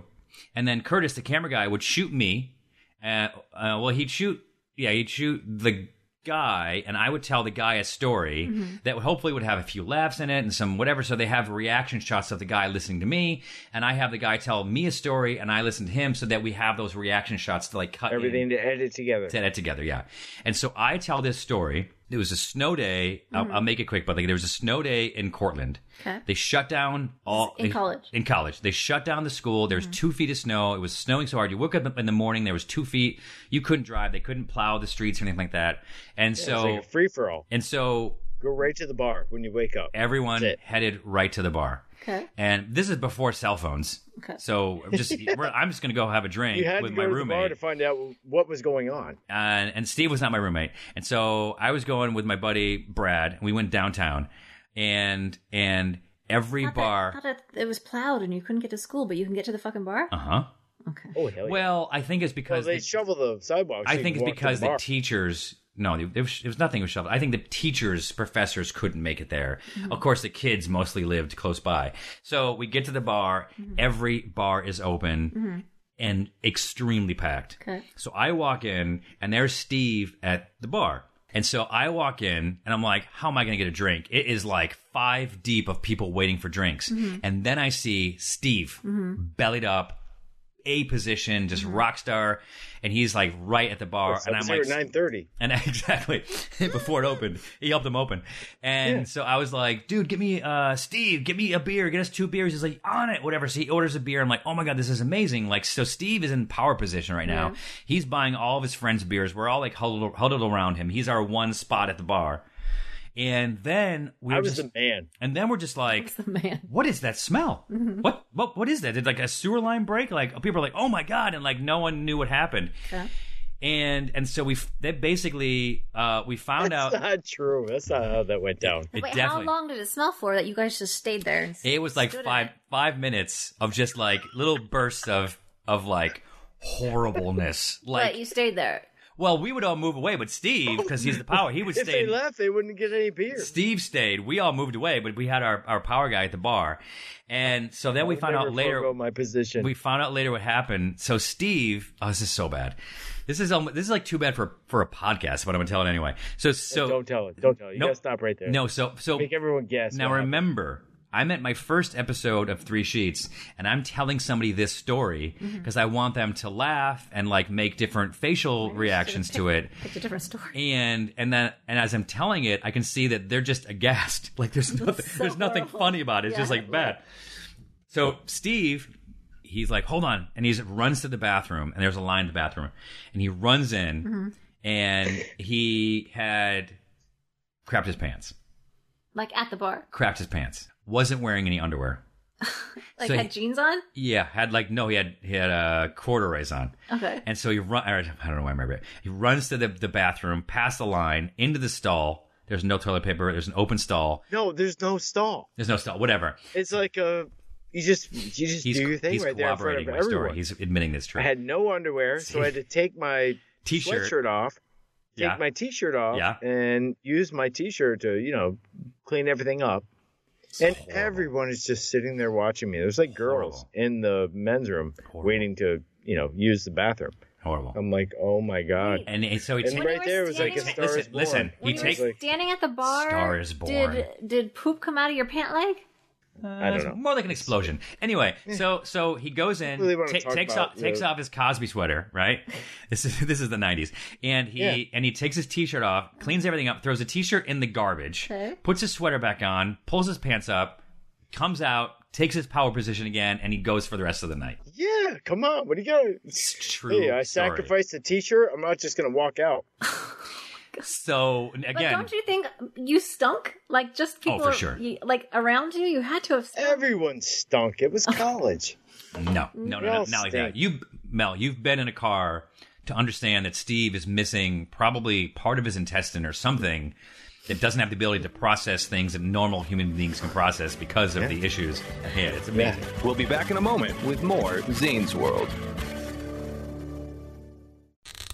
S2: and then Curtis the camera guy would shoot me uh, uh well he'd shoot yeah, he'd shoot the guy and I would tell the guy a story that hopefully would have a few laughs in it and some whatever. So they have reaction shots of the guy listening to me and I have the guy tell me a story and I listen to him so that we have those reaction shots to like cut in
S5: everything to edit together.
S2: to that together, yeah. And so I tell this story. It was a snow day. I'll, I'll make it quick, but like there was a snow day in Cortland.
S4: Okay.
S2: They shut down all
S4: In
S2: they-
S4: college.
S2: In college, they shut down the school. There was two feet of snow. It was snowing so hard. You woke up in the morning. There was two feet. You couldn't drive. They couldn't plow the streets or anything like that. And
S5: It's
S2: so,
S5: like a free for all.
S2: and so
S5: Go right to the bar when you wake up.
S2: everyone
S5: That's it.
S2: headed right to the bar.
S4: Okay.
S2: And this is before cell phones.
S4: Okay.
S2: So just we're, I'm just gonna go have a drink
S5: You had
S2: with
S5: to
S2: my
S5: go to the
S2: roommate.
S5: bar to find out what was going on.
S2: and, and Steve was not my roommate. And so I was going with my buddy Brad. We went downtown, and and every
S4: Not that-
S2: bar.
S4: not that it was plowed and you couldn't get to school, but you can get to the fucking bar.
S2: Uh huh.
S4: Okay.
S5: Oh hell yeah!
S2: Well, I think it's
S5: Well,
S2: because
S5: they
S2: the-
S5: shovel the sidewalk. so
S2: I
S5: you
S2: think
S5: can
S2: it's
S5: walk to
S2: because
S5: the
S2: the,
S5: bar.
S2: teachers. No, it was, it was nothing was shoveled. I think the teachers, professors couldn't make it there.
S4: Mm-hmm.
S2: Of course, the kids mostly lived close by. So we get to the bar.
S4: Mm-hmm.
S2: Every bar is open and extremely packed.
S4: Okay.
S2: So I walk in, and there's Steve at the bar. And so I walk in, and I'm like, how am I going to get a drink? It is like five deep of people waiting for drinks. And then I see Steve bellied up, A position, just rock star. And he's like right at the bar.
S5: So
S2: and I'm
S5: it's here
S2: like,
S5: at nine thirty.
S2: and I- exactly before it opened, he helped him open. And so I was like, dude, get me, uh, Steve, get me a beer, get us two beers. He's like, on it, whatever. So he orders a beer. I'm like, oh my God, this is amazing. Like, so Steve is in power position right now. He's buying all of his friends' beers. We're all like huddled, huddled around him. He's our one spot at the bar. And then we
S5: I
S2: were
S5: was
S2: just,
S5: the man.
S2: and then we're just like,
S4: It's the man.
S2: what is that smell?
S4: Mm-hmm.
S2: What what what is that? Did like a sewer line break? Like people are like, oh my god, and like no one knew what happened.
S4: Okay.
S2: And and so we f- that basically uh, we found
S5: That's
S2: out
S5: not true. That's not how that went down.
S2: it
S4: Wait,
S2: definitely
S4: how long did it smell for that you guys just stayed there? And
S2: it was like
S4: stood in
S2: five
S4: it?
S2: five minutes of just like little bursts of of like horribleness. Like
S4: but you Oh, stayed there.
S2: well, we would all move away, but Steve because he's the power, he would
S5: If
S2: stay.
S5: they
S2: in-
S5: left, they wouldn't get any beer.
S2: Steve stayed. We all moved away, but we had our, our power guy at the bar, and so then we
S5: I
S2: found
S5: never
S2: out later.
S5: forego my position.
S2: we found out later what happened. So Steve, oh, this is so bad. This is um, this is like too bad for for a podcast, but I'm gonna tell it anyway. So so
S5: don't tell it. Don't tell it. You
S2: Nope.
S5: gotta stop right there.
S2: no, so so
S5: Make everyone guess.
S2: now
S5: what happened.
S2: remember, I'm at my first episode of Three Sheets, and I'm telling somebody this story
S4: Mm-hmm.
S2: because I want them to laugh and like make different facial reactions to it.
S4: It's a different story.
S2: And and then and as I'm telling it, I can see that they're just aghast. Like there's nothing there's nothing
S4: horrible.
S2: funny about it. It's
S4: Yeah.
S2: just like bad. So Steve, he's like, hold on, and he runs to the bathroom, and there's a line in the bathroom, and he runs in,
S4: Mm-hmm.
S2: and he had crapped his pants,
S4: Like at the bar.
S2: crapped his pants, wasn't wearing any underwear.
S4: Like
S2: So
S4: had
S2: he-
S4: jeans on?
S2: Yeah, had like no, he had he had uh, corduroys on.
S4: Okay.
S2: And so he run. or, I don't know why I remember it. He runs to the, the bathroom, past the line, into the stall. There's no toilet paper. There's an open stall.
S5: No, there's no stall.
S2: There's no stall. Whatever.
S5: It's like a you just you just
S2: He's
S5: do your thing
S2: he's
S5: right there in front
S2: corroborating
S5: of
S2: my story.
S5: everyone.
S2: He's admitting this
S5: I
S2: truth.
S5: had no underwear, so I had to take my
S2: T-shirt.
S5: sweatshirt off, take
S2: yeah.
S5: my t-shirt off,
S2: Yeah.
S5: and use my t-shirt to you know clean everything up. and
S2: horrible.
S5: everyone is just sitting there watching me. There's like girls
S2: Horrible.
S5: in the men's room waiting to you know use the bathroom.
S2: Horrible.
S5: I'm like, oh my god.
S2: and, and so he
S5: And
S2: takes.
S5: right
S4: were
S5: there was like a
S4: standing-
S5: star is
S2: Listen,
S5: born.
S2: listen. He
S4: When you
S2: takes.
S4: were standing at the bar,
S2: Star is born.
S4: Did, did poop come out of your pant leg?
S5: I don't know.
S2: More like an explosion. Anyway, so so he goes in,
S5: Really wanna
S2: ta-
S5: talk
S2: takes
S5: about
S2: off takes
S5: the-
S2: off his Cosby sweater, right? This is this is the '90s, and he
S5: Yeah.
S2: and he takes his T-shirt off, cleans everything up, throws a T-shirt in the garbage,
S4: Okay.
S2: puts his sweater back on, pulls his pants up, comes out, takes his power position again, and he goes for the rest of the night.
S5: Yeah, come on. What do you got?
S2: It's true.
S5: Hey, I
S2: story.
S5: sacrificed the t-shirt. I'm not just gonna walk out.
S2: So and
S4: But
S2: again, Oh,
S4: don't you think you stunk? Like just people,
S2: for sure.
S4: you- like around you, you had to have stunk.
S5: Everyone stunk. It was college.
S2: no, no, no,
S5: We
S2: no,
S5: all
S2: not like that.
S5: stink.
S2: You, Mel, you've been in a car to understand that Steve is missing probably part of his intestine or something that doesn't have the ability to process things that normal human beings can process because of the issues at hand. It's amazing.
S6: We'll be back in a moment with more Zane's World.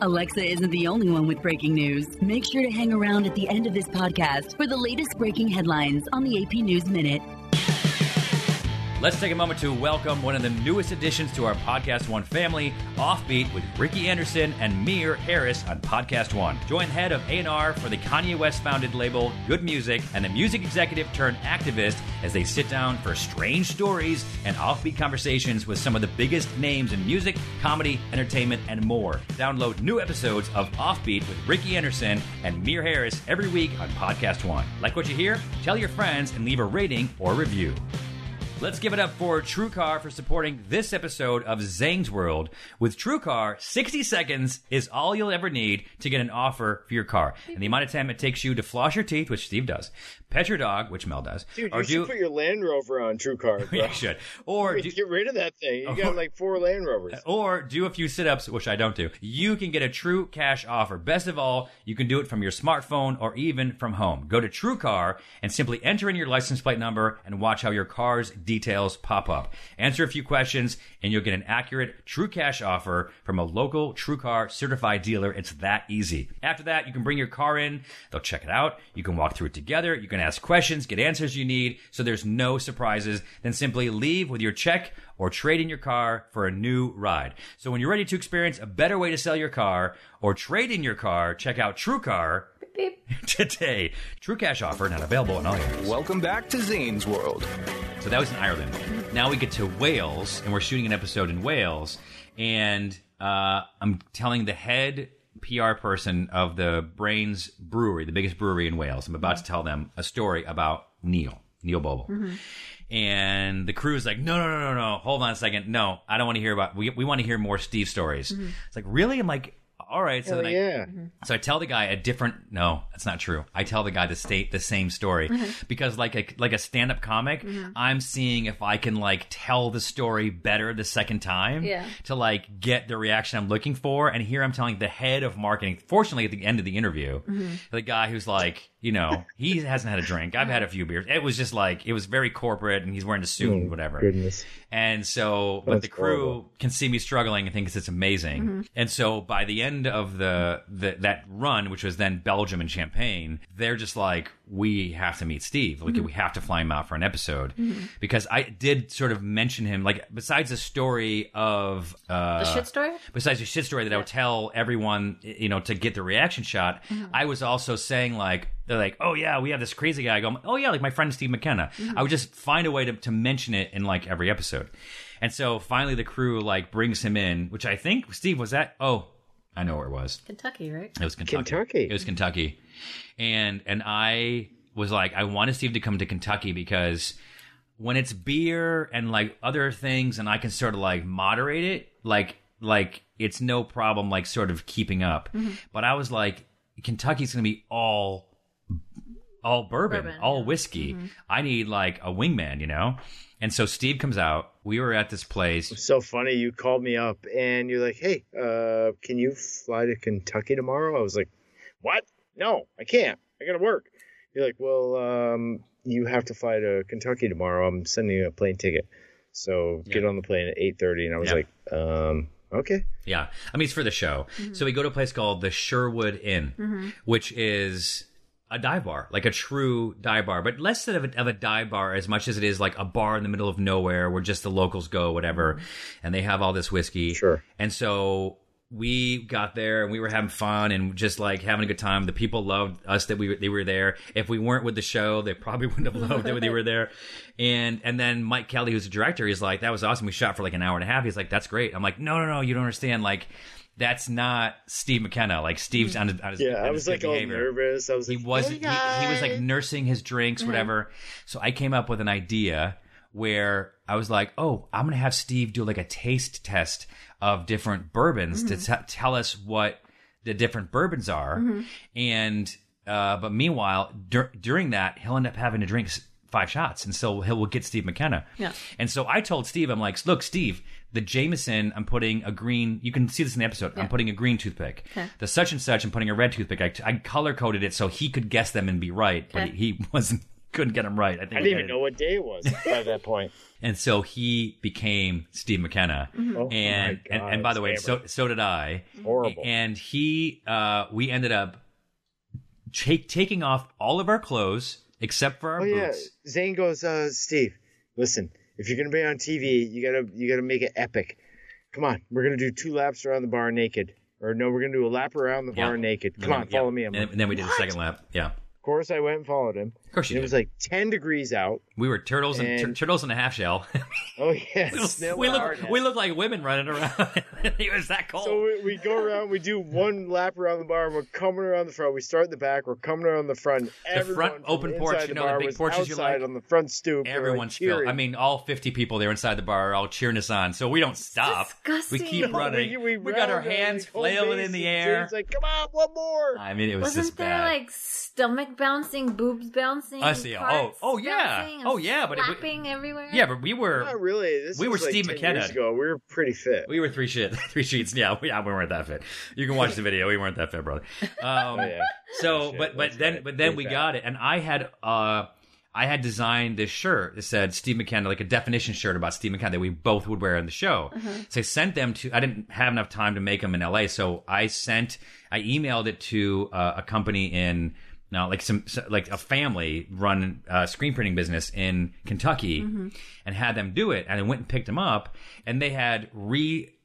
S1: Alexa isn't the only one with breaking news. Make sure to hang around at the end of this podcast for the latest breaking headlines on the AP News Minute.
S2: Let's take a moment to welcome one of the newest additions to our Podcast One family, Offbeat with Ricky Anderson and Mir Harris on Podcast One. Joint head of A&R for the Kanye West founded label Good Music and the music executive turned activist as they sit down for strange stories and offbeat conversations with some of the biggest names in music, comedy, entertainment, and more. Download new episodes of Offbeat with Ricky Anderson and Mir Harris every week on Podcast One. Like what you hear? Tell your friends and leave a rating or review. Let's give it up for TrueCar for supporting this episode of Zang's World. With TrueCar, 60 seconds is all you'll ever need to get an offer for your car. And the amount of time it takes you to floss your teeth, which Steve does, pet your dog, which Mel does,
S5: Dude, you
S2: or
S5: should
S2: do
S5: put your Land Rover on True Card, bro.
S2: yeah, Oh. you should, or do,
S5: Get rid of that thing. You got like four Land Rovers.
S2: or do a few sit-ups, which I don't do. You can get a true cash offer. Best of all, you can do it from your smartphone or even from home. Go to TrueCar and simply enter in your license plate number and watch how your car's details pop up. Answer a few questions and you'll get an accurate true cash offer from a local TrueCar certified dealer. It's that easy. After that, you can bring your car in, they'll check it out, you can walk through it together, you can ask questions, get answers you need, so there's no surprises. Then simply leave with your check or trade in your car for a new ride. So when you're ready to experience a better way to sell your car or trade in your car, check out TrueCar today. True cash offer not available in all areas.
S6: Welcome back to Zane's World.
S2: So that was in Ireland. Now we get to Wales, and we're shooting an episode in Wales. And uh, I'm telling the head PR person of the Brains Brewery, the biggest brewery in Wales. I'm about to tell them a story about Neil, Neil Boble. And the crew is like, no, no, no, no, no. Hold on a second. No, I don't want to hear about. We, we want to hear more Steve stories. It's like really. I'm like, all right. So
S5: Hell
S2: then I,
S5: yeah.
S2: so I tell the guy a different. No, that's not true. I tell the guy the state the same story because like a like a stand up comic, I'm seeing if I can like tell the story better the second time
S4: Yeah.
S2: to like get the reaction I'm looking for. And here I'm telling the head of marketing. Fortunately, at the end of the interview, the guy who's like, you know, he hasn't had a drink. I've had a few beers. It was just like it was very corporate, and he's wearing a suit and whatever.
S5: Oh, Goodness.
S2: And so, but
S5: That's
S2: the crew
S5: horrible.
S2: can see me struggling and thinks it's amazing.
S4: Mm-hmm.
S2: And so, by the end of the, the that run, which was then Belgium and Champagne, they're just like, "We have to meet Steve. Like,
S4: Mm-hmm.
S2: we have to fly him out for an episode." Because I did sort of mention him, like besides the story of uh,
S4: The shit story?
S2: besides the shit story that I would tell everyone, y- you know, to get the reaction shot, I was also saying like, they're like, oh yeah, we have this crazy guy. I go, oh yeah, like my friend Steve McKenna. I would just find a way to, to mention it in like every episode. And so finally the crew like brings him in, which I think Steve was that. Oh, I know where it was.
S4: Kentucky, right?
S2: It was Kentucky.
S5: Kentucky.
S2: It was Kentucky. And and I was like, I wanted Steve to come to Kentucky because when it's beer and like other things and I can sort of like moderate it, like like it's no problem like sort of keeping up. But I was like, Kentucky's gonna be all all bourbon,
S4: Bourbon,
S2: all whiskey. I need like a wingman, you know? And so Steve comes out. We were at this place.
S5: So funny. You called me up and you're like, hey, uh, can you fly to Kentucky tomorrow? I was like, what? No, I can't. I got to work. You're like, well, um, you have to fly to Kentucky tomorrow. I'm sending you a plane ticket. So get on the plane at 8.30. And I was
S2: Yeah.
S5: like, um, okay.
S2: Yeah. I mean, it's for the show. So we go to a place called the Sherwood Inn, which is a dive bar, like a true dive bar, but less than of a, of a dive bar as much as it is like a bar in the middle of nowhere where just the locals go, whatever. And they have all this whiskey.
S5: Mm-hmm. Sure.
S2: And so we got there and we were having fun and just like having a good time. The people loved us that we they were there. If we weren't with the show, they probably wouldn't have loved that they were there. And and then Mike Kelly, who's the director, he's like, "That was awesome. We shot for like an hour and a half." He's like, "That's great." I'm like, "No, no, no. You don't understand. Like, that's not Steve McKenna. Like Steve's on his on his
S5: Mm-hmm. Yeah,
S2: on
S5: I
S2: his
S5: was like
S2: good behavior."
S5: all nervous. I was
S2: he
S5: like,
S2: was
S5: "Hey,
S2: he, he was like
S5: guys." Mm-hmm.
S2: nursing his drinks whatever so i came up with an idea where i was like oh i'm
S5: Mm-hmm.
S2: gonna have steve do like a taste test of different bourbons to t- tell us what the different bourbons are,
S3: Mhm.
S2: and uh, but meanwhile dur- during that he'll end up having to drink s- five shots, and so he'll, will get Steve McKenna.
S3: Yeah.
S2: And so I told Steve, I'm like, look, Steve, the Jameson, I'm putting a green. You can see this in the episode.
S3: Yeah.
S2: I'm putting a green toothpick.
S3: Okay.
S2: The such and such, I'm putting a red toothpick. I, I color coded it so he could guess them and be right, but
S5: Okay.
S2: he, he wasn't. Couldn't get them right. I think
S5: I
S2: we
S5: didn't
S2: had
S5: even
S2: it.
S5: know what day it was by that point.
S2: And so he became Steve McKenna.
S3: Mm-hmm.
S5: Mhm. Oh,
S2: and,
S5: my
S2: and
S5: God,
S2: and by the way, so so did I.
S5: Horrible.
S2: And he uh we ended up take, taking off all of our clothes except for our
S5: Oh yeah,
S2: boots.
S5: Zane goes, uh, Steve, listen, if you're gonna be on TV, you gotta you gotta make it epic. Come on, we're gonna do two laps around the bar naked, or no, we're gonna do a lap around the
S2: Yeah.
S5: bar naked.
S2: And
S5: Come
S2: then-
S5: on, follow
S2: yeah.
S5: me. I'm
S2: And,
S5: like,
S2: and then we did a
S5: "What?"
S2: second lap. Yeah.
S5: Of course, I went and followed him. Of
S2: course you
S5: It was like ten degrees out.
S2: We were turtles and, tur-
S5: And-
S2: turtles in a half shell.
S5: Oh yeah, snow
S2: we
S5: hard
S2: look
S5: hat.
S2: we look like women running around. it was that cold.
S5: So we, we go around, we do one lap around the bar, and we're coming around the front. We start in the back, we're coming around the front.
S2: The front
S5: Everyone from
S2: open
S5: inside
S2: porch, you know,
S5: bar
S2: the big
S5: was
S2: porches you
S5: outside
S2: like.
S5: on the front stoop. We're, like,
S2: Everyone spilled. I
S5: cheering.
S2: mean, all 50 people there inside the bar are all cheering us on. So we don't stop. We keep
S5: No,
S2: running.
S5: We,
S2: got our
S5: round it,
S2: hands
S5: like, home
S2: flailing
S5: base,
S2: in the
S5: and
S2: air. Uh,
S5: James like, come on, one more.
S2: I mean, it was
S4: Wasn't
S2: just
S4: there
S2: bad.
S4: like stomach bouncing, boobs bouncing?
S2: I see. Oh,
S4: parts
S2: oh yeah,
S4: bouncing and
S2: oh yeah. But it, w-
S4: slapping everywhere.
S2: yeah, but we were
S5: Not really. This
S2: we were
S5: was like
S2: Steve
S5: 10
S2: McKenna.
S5: years ago. We were pretty fit.
S2: We were three shit, three sheets. Yeah, we, yeah, we weren't that fit. You can watch the video. We weren't that fit, brother.
S5: Oh,
S2: Um, So, but but then but then
S5: Pretty
S2: we
S5: bad.
S2: got it, and I had uh, I had designed this shirt that said Steve McKenna, like a definition shirt about Steve McKenna that we both would wear on the show.
S3: Mhm.
S2: So I sent them to. I didn't have enough time to make them in L.A., so I sent. I emailed it to uh, a company in. No, like some so- like a family run uh, screen printing business in Kentucky,
S3: Mhm.
S2: and had them do it. And I went and picked them up, and they had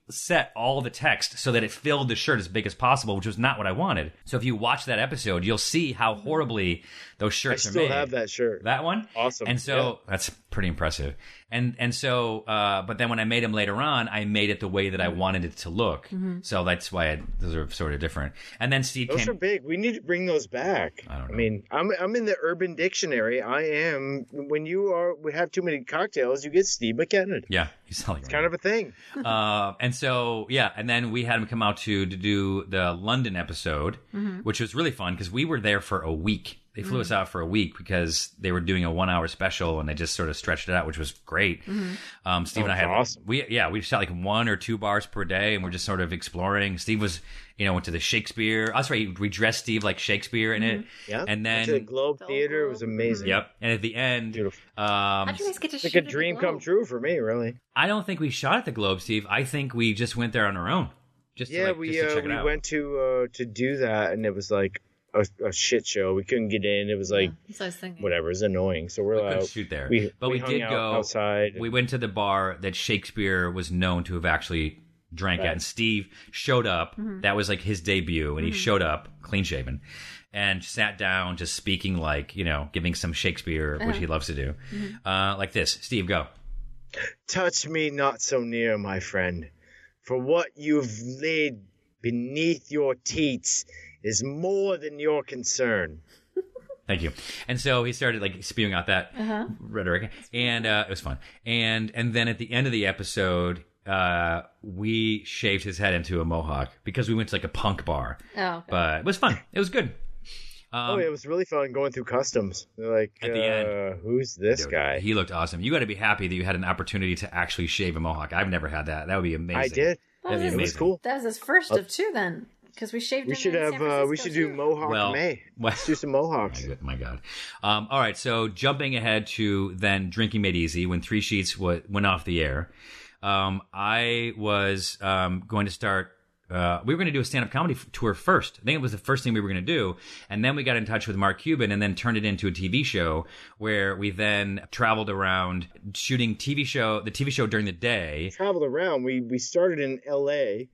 S2: reset all the text so that it filled the shirt as big as possible, which was not what I wanted. So if you watch that episode, you'll see how horribly those
S5: I
S2: shirts
S5: still
S2: are made.
S5: have that shirt.
S2: That one,
S5: awesome.
S2: and so that's pretty impressive. And and so, uh, but then when I made them later on, I made it the way
S5: Mm-hmm.
S2: that I wanted it to look.
S5: Mhm.
S2: So that's why I, those are sort of different. And then Steve
S5: yeah. those
S2: came.
S5: are big. We need to bring those back. I, mean, I'm I'm in the Urban Dictionary. I am. When you are, we have too many cocktails. You get Steve McKenna.
S2: yeah, he's selling.
S5: It's kind of a thing.
S2: uh, and so yeah, and then we had him come out to to do the London episode,
S3: Mhm.
S2: which was really fun because we were there for a week. They flew us
S3: Mhm.
S2: out for a week because they were doing a one hour special, and they just sort of stretched it out, which was great.
S3: Mhm.
S2: Um, Steve and I
S3: Sounds
S2: had we yeah we shot like one or two bars per day, and we're just sort of exploring. Steve was you know went to the Shakespeare. That's right, we dressed Steve like Shakespeare in it.
S5: Yeah.
S2: and
S5: Went to the
S2: then
S5: Globe Theater it was amazing.
S2: yep, and at the end, um,
S4: How'd you guys get to
S5: It's like
S4: shoot
S5: a
S4: at the
S5: dream
S4: Globe?
S5: come true for me, really.
S2: I don't think we shot at the Globe, Steve. I think we just went there on our own. Just
S5: yeah,
S2: to, like,
S5: we
S2: just to
S5: uh,
S2: check it
S5: we
S2: out.
S5: went to uh, to do that, and it was like a, a shit show. We couldn't get in. It was like
S4: That's what I was thinking.
S5: whatever. It's annoying. So we're
S2: We
S5: like,
S2: couldn't shoot there.
S5: uh, We,
S2: but we,
S5: hung
S2: did
S5: out
S2: go
S5: outside.
S2: We went to the bar that Shakespeare was known to have actually drank at,
S5: Right.
S2: and Steve showed up.
S5: Mhm.
S2: That was like his debut, and
S5: Mhm.
S2: he showed up clean shaven, and sat down, just speaking like you know, giving some Shakespeare, which
S5: Uh-huh.
S2: he loves to do,
S5: Mhm.
S2: uh, like this. Steve, go.
S5: Touch me not so near, my friend, for what you've laid beneath your teats is more than your concern.
S2: Thank you. And so he started like spewing out that
S3: Uh-huh.
S2: rhetoric, and uh, it was fun. And and then at the end of the episode, uh, we shaved his head into a mohawk because we went to like a punk bar.
S4: Oh, okay.
S2: But it was fun. It was good. Um,
S5: oh, it was really fun going through customs. They're like,
S2: At the
S5: uh, who's this
S2: Dude,
S5: guy?
S2: He looked awesome. You got to be happy that you had an opportunity to actually shave a mohawk. I've never had that. That would be amazing.
S5: I did.
S4: That was,
S2: That'd be
S4: his,
S2: amazing.
S5: cool.
S4: that was his first of two then, because we shaved.
S5: Uh, We
S4: him
S5: should
S4: in San
S5: have. Uh, we
S4: Francisco,
S5: should do
S4: too.
S5: Mohawk
S2: Well,
S5: May.
S2: well-
S5: Let's do some Mohawks.
S2: My God. Um, all right. So jumping ahead to then drinking made easy when three sheets w- went off the air. Um, I was um, going to start. Uh, we were going to do a stand-up comedy f- tour first. I think it was the first thing we were going to do, and then we got in touch with Mark Cuban, and then turned it into a TV show where we then traveled around shooting TV show, the TV show during the day.
S5: traveled around. We we started in L.A.,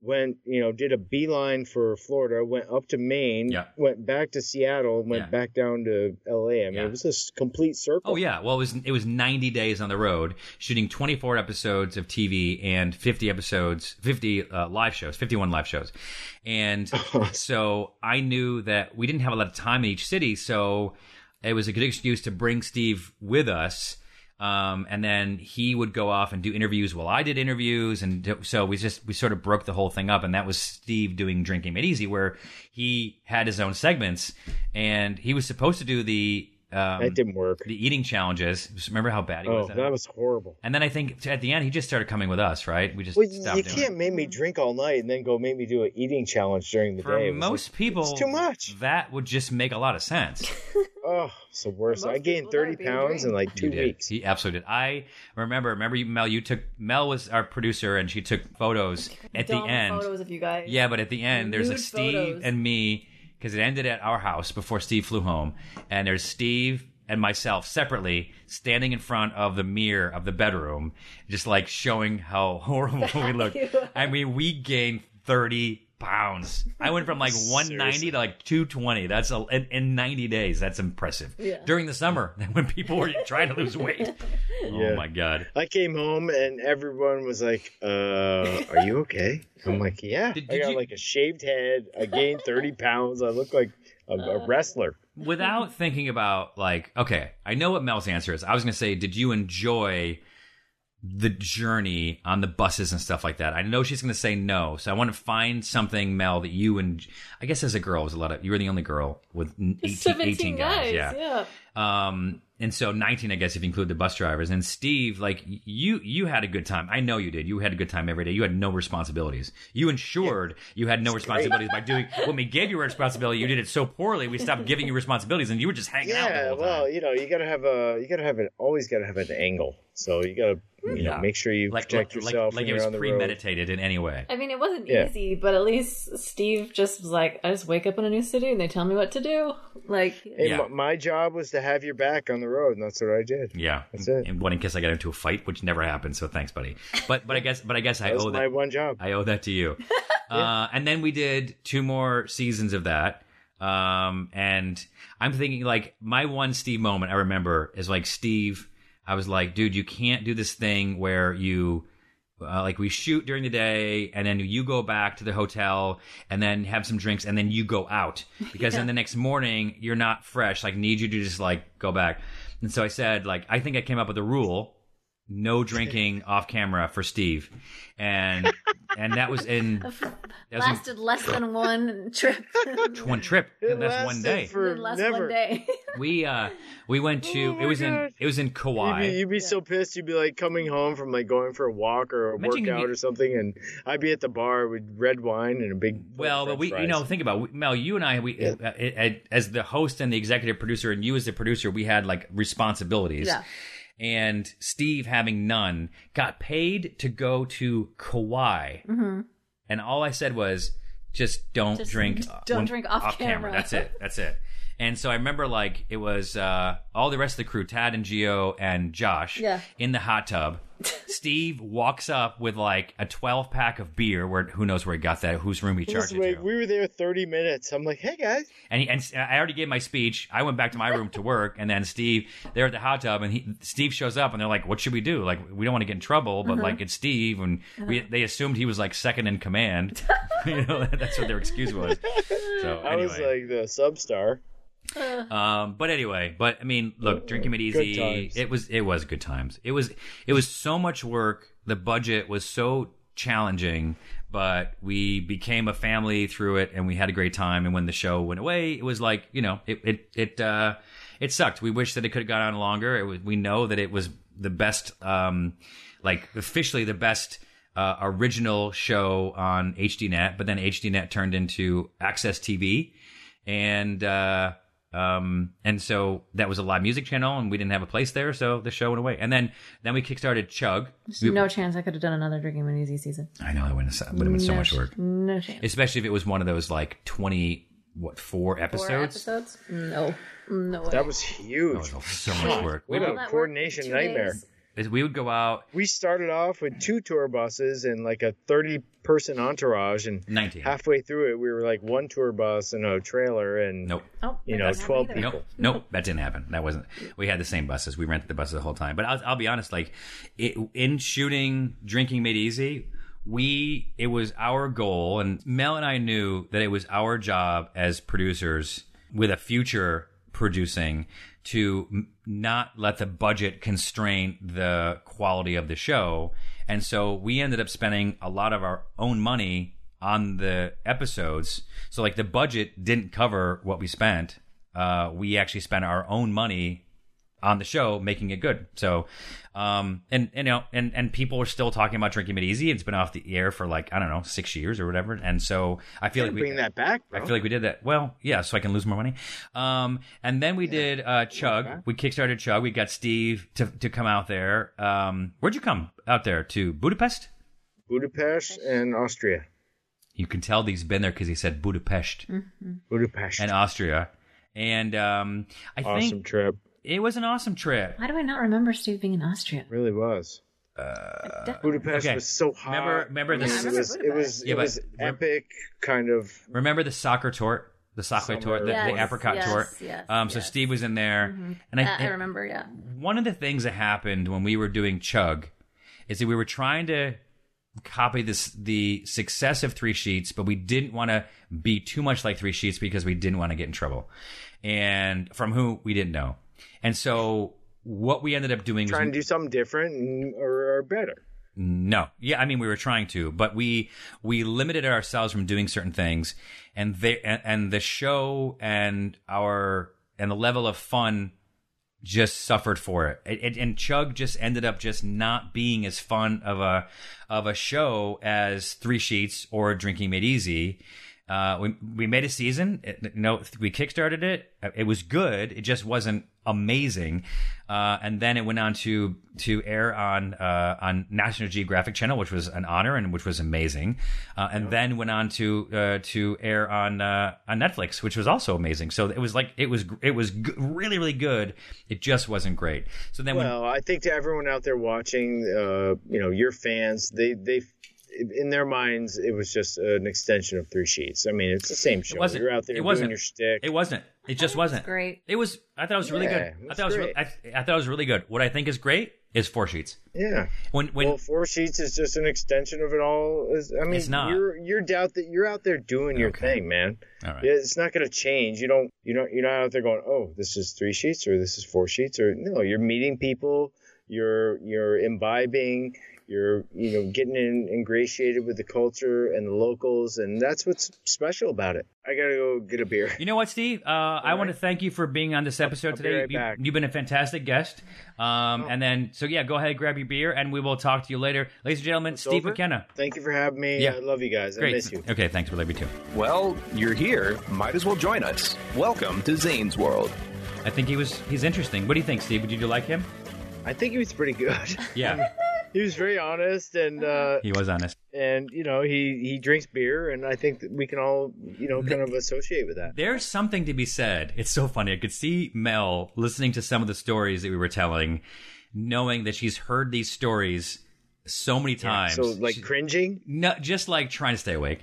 S5: went you know did a beeline for Florida, went up to Maine,
S2: Yeah.
S5: went back to Seattle, went
S2: Yeah.
S5: back down to L.A. I mean, it was a s- complete circle.
S2: Oh yeah, well it was it was 90 days on the road, shooting 24 episodes of TV and 50 episodes, 50 uh, live shows, 51 live shows, and so I knew that we didn't have a lot of time in each city, so it was a good excuse to bring Steve with us. Um, and then he would go off and do interviews while I did interviews, and do- so we just we sort of broke the whole thing up. And that was Steve doing Drinking It Easy, where he had his own segments, and he was supposed to do the um,
S5: That didn't work.
S2: The eating challenges. Remember how bad he
S5: Oh,
S2: was? uh, at it?
S5: that was horrible.
S2: And then I think at the end he just started coming with us, right? We just
S5: Well,
S2: stopped
S5: you
S2: doing
S5: can't make me drink all night and then go make me do an eating challenge during the
S2: it. For
S5: day. It was
S2: most people,
S5: it's too much.
S2: That would just make a lot of sense.
S5: like, oh, it's the worst. I gained thirty pounds in like two
S2: You did.
S5: weeks.
S2: He absolutely did. I remember. Remember you, Mel? You took Mel was our producer, and she took photos at the
S7: Dumb
S2: end.
S7: photos of you guys.
S2: Yeah, but at the end, there's a
S7: Nude
S2: Steve
S7: photos.
S2: and me because it ended at our house before Steve flew home, and there's Steve and myself separately standing in front of the mirror of the bedroom, just like showing how horrible we look. I mean, we gained thirty pounds. I went from like 190 to like 220. That's a, in, in 90 days. That's impressive.
S5: Yeah.
S2: During the summer, when people were trying to lose weight.
S5: Yeah.
S2: Oh my god.
S5: I came home and everyone was like, uh, "Are you okay?" I'm like, "Yeah." I got like a shaved head. I gained thirty pounds. I look like a, a
S2: Oh.
S5: wrestler.
S2: without thinking about like okay i know what mel's answer is i was going to say did you enjoy the journey on the buses and stuff like that i know she's going to say no so i want to find something mel that you and i guess as a girl it was a lot of you were the only girl with 18,
S7: 17
S2: 18
S7: guys,
S2: guys
S7: yeah.
S2: um and so 19 i guess if you include the bus drivers and steve like you you had a good time i know you did you had a good time every day you had no responsibilities you ensured you had no responsibilities by doing when we gave you a responsibility you did it so poorly we stopped giving you responsibilities and you were just hanging out the
S5: Yeah.
S2: whole time.
S5: Well, you know, you gotta have a, you gotta have an, always gotta have an angle. So you gotta, you know,
S2: Yeah.
S5: make sure you
S2: like
S5: protect
S2: like, like,
S5: yourself.
S2: like
S5: when
S2: it
S5: you're
S2: was
S5: on the road.
S2: premeditated in any way
S7: I mean, it wasn't
S5: Yeah.
S7: easy, but at least Steve just was like, I just wake up in a new city and they tell me what to do. Like,
S5: Hey, my, my job was to have your back on the road, and that's what I did.
S2: yeah
S5: That's it.
S2: and one in case i got into a fight which never happened so thanks buddy but but i guess but i guess i
S5: That was
S2: owe that
S5: my one job.
S2: I owe that to you. uh, and then we did two more seasons of that. Um, and I'm thinking like my one Steve moment I remember is like Steve. I was like, dude, you can't do this thing where you. Uh, like we shoot during the day and then you go back to the hotel and then have some drinks and then you go out because then the next morning you're not fresh like need you to just like go back and so i said like i think i came up with a rule no drinking off camera for Steve, and and that was in that was
S4: Lasted less than one trip.
S2: in one trip. And that's one day.
S4: less one day.
S2: we uh we went to it was in it was in Kauai.
S5: You'd be, you'd be so pissed. You'd be like coming home from like going for a walk or a
S2: Imagine you'd
S5: workout
S2: be-
S5: or something, and I'd be at the bar with red wine and a big.
S2: well, but we, you know, think about it. Mel. You and I, we, uh, uh, as the host and the executive producer, and you as the producer, we had like responsibilities.
S3: Yeah.
S2: And Steve, having none, got paid to go to Kauai.
S7: mm-hmm.
S2: And all I said was, just don't
S7: Just
S2: drink. uh,
S7: don't drink off camera.
S2: That's it. That's it. And so I remember like it was uh, all the rest of the crew, Tad and Geo and Josh,
S7: Yeah.
S2: in the hot tub. Steve walks up with like a 12 pack of beer. Where who knows where he got that? Whose room he
S5: It was
S2: charged it
S5: like, we were there 30 minutes. I'm like, hey guys,
S2: and, he, and s- I already gave my speech. I went back to my room to work, and then Steve, they're at the hot tub, and he, Steve shows up, and they're like, "What should we do? Like, we don't want to get in trouble, but
S7: Uh-huh.
S2: like, it's Steve." And we, they assumed he was like second in command. you know, that's what their excuse was. So
S5: I was
S2: anyway,
S5: like the sub star.
S2: um, but anyway, but I mean, look, drinking it
S5: Good
S2: easy.
S5: times.
S2: It was it was good times. It was it was so much work. The budget was so challenging, but we became a family through it, and we had a great time. And when the show went away, it was like you know, it it it uh, it sucked. We wish that it could have gone on longer. It was, we know that it was the best, um, like officially the best. Uh, original show on HDNet, but then HDNet turned into Access TV, and uh um and so that was a live music channel and we didn't have a place there so the show went away and then then we kickstarted chug
S7: There's
S2: We-
S7: no chance I could have done another Drinking When Easy season.
S2: i know it would have been so
S7: No
S2: much
S7: ch-
S2: work
S7: No chance.
S2: especially if it was one of those like 20 what four episodes,
S7: Four episodes? No. No way.
S5: That was huge.
S2: so much work
S5: What
S7: All
S5: a
S7: that work,
S5: coordination
S7: two
S5: nightmare.
S7: days.
S2: Is we would go out.
S5: We started off with two tour buses and like a 30 person entourage, and
S2: 19.
S5: halfway through it, we were like one tour bus and a trailer, and
S2: nope.
S7: Oh,
S5: you know, 12 people.
S2: Nope, nope, that didn't happen. That wasn't. We had the same buses. We rented the buses the whole time. But I'll, I'll be honest, like it, in shooting, drinking made easy. We it was our goal, and Mel and I knew that it was our job as producers with a future producing to m- not let the budget constrain the quality of the show. And so we ended up spending a lot of our own money on the episodes. So like the budget didn't cover what we spent. Uh, we actually spent our own money on the show, making it good. So, um, and, and you know, and and people are still talking about drinking it easy. It's been off the air for like I don't know six years or whatever. And so I feel
S5: Gotta
S2: like we
S5: bring that back, bro.
S2: I feel like we did that. Well, yeah, so I can lose more money. Um, and then we did uh, Chug. We kickstarted Chug. We got Steve to to come out there. Um, where'd you come out there to Budapest?
S5: Budapest and Austria.
S2: You can tell that he's been there because he said Budapest
S5: Mm-hmm. Budapest
S2: and Austria. And um, I
S5: Awesome
S2: think
S5: trip.
S2: It was an awesome trip.
S7: Why do I not remember Steve being in Austria?
S5: Really was. uh, Budapest
S2: okay.
S5: was so hot.
S2: Remember- remember
S5: I mean,
S2: this-
S5: It was it was,
S2: Yeah,
S5: it
S2: but
S5: was
S2: rem-
S5: epic kind of
S2: Remember the soccer tort, the soccer tort, the, the
S4: Yes,
S2: apricot
S4: yes,
S2: tort.
S4: yes,
S2: um, so Steve was in there, and I,
S4: Yeah, I
S2: and
S4: remember, yeah.
S2: One of the things that happened when we were doing Chug is that we were trying to copy this the success of Three Sheets, but we didn't want to be too much like Three Sheets because we didn't want to get in trouble, and from who we didn't know, and so. What we ended up doing was
S5: trying to do something different and, or, or better.
S2: no. Yeah, I mean we were trying to, but we we limited ourselves from doing certain things and they and, and the show and our and the level of fun just suffered for it. It, it. And Chug just ended up just not being as fun of a of a show as Three Sheets or Drinking Made Easy. Uh, we we made a season. It, no, we kickstarted it. It was good. It just wasn't amazing. Uh, and then it went on to to air on uh, on National Geographic Channel, which was an honor and which was amazing. Uh, and then went on to uh, to air on uh, on Netflix, which was also amazing. So it was like it was it was g- really really good. It just wasn't great. So then when
S5: well, I think to everyone out there watching, uh, you know, your fans, they they in their minds it was just an extension of Three Sheets. I mean, it's the same show.
S2: wasn't-
S5: You're out there
S2: it wasn't.
S5: doing your shtick.
S2: It wasn't. It just wasn't.
S7: Great.
S2: It was. I thought it was really
S5: Yeah,
S2: good.
S5: it
S2: I
S5: was
S2: thought it was. Re- I, I thought it was really good. What I think is great is four sheets.
S5: Yeah.
S2: When when
S5: well, Four Sheets is just an extension of it all. Is- I mean,
S2: It's not.
S5: You're you're doubt that you're out there doing your thing, man.
S2: All right.
S5: Yeah, It's not going to change. You don't. You don't. You're not out there going, oh, this is three sheets or this is four sheets or no. You're meeting people. You're you're imbibing. You're you know getting in, ingratiated with the culture and the locals, and that's what's special about it. I gotta go get a beer.
S2: You know what, Steve? Uh, I want to thank you for being on this episode
S5: be
S2: today.
S5: right
S2: you,
S5: back. Oh.
S2: have been a fantastic guest. Um, And then, so yeah, go ahead, grab your beer, and we will talk to you later. Ladies and gentlemen, Steve
S5: over?
S2: McKenna.
S5: Thank you for having me.
S2: Yeah.
S5: I love you guys.
S2: Great.
S5: I miss you.
S2: Okay, thanks for letting me too.
S6: Well, you're here. Might as well join us. Welcome to Zane's World.
S2: I think he was he's interesting. What do you think, Steve? Did you like him?
S5: I think he was pretty good.
S2: Yeah,
S5: he was very honest and. Uh,
S2: he was honest.
S5: and you know he he drinks beer and i think that we can all you know kind of associate with that
S2: There's something to be said. It's so funny. I could see Mel listening to some of the stories that we were telling, knowing that she's heard these stories so many times.
S5: so like cringing
S2: no, just like trying to stay awake,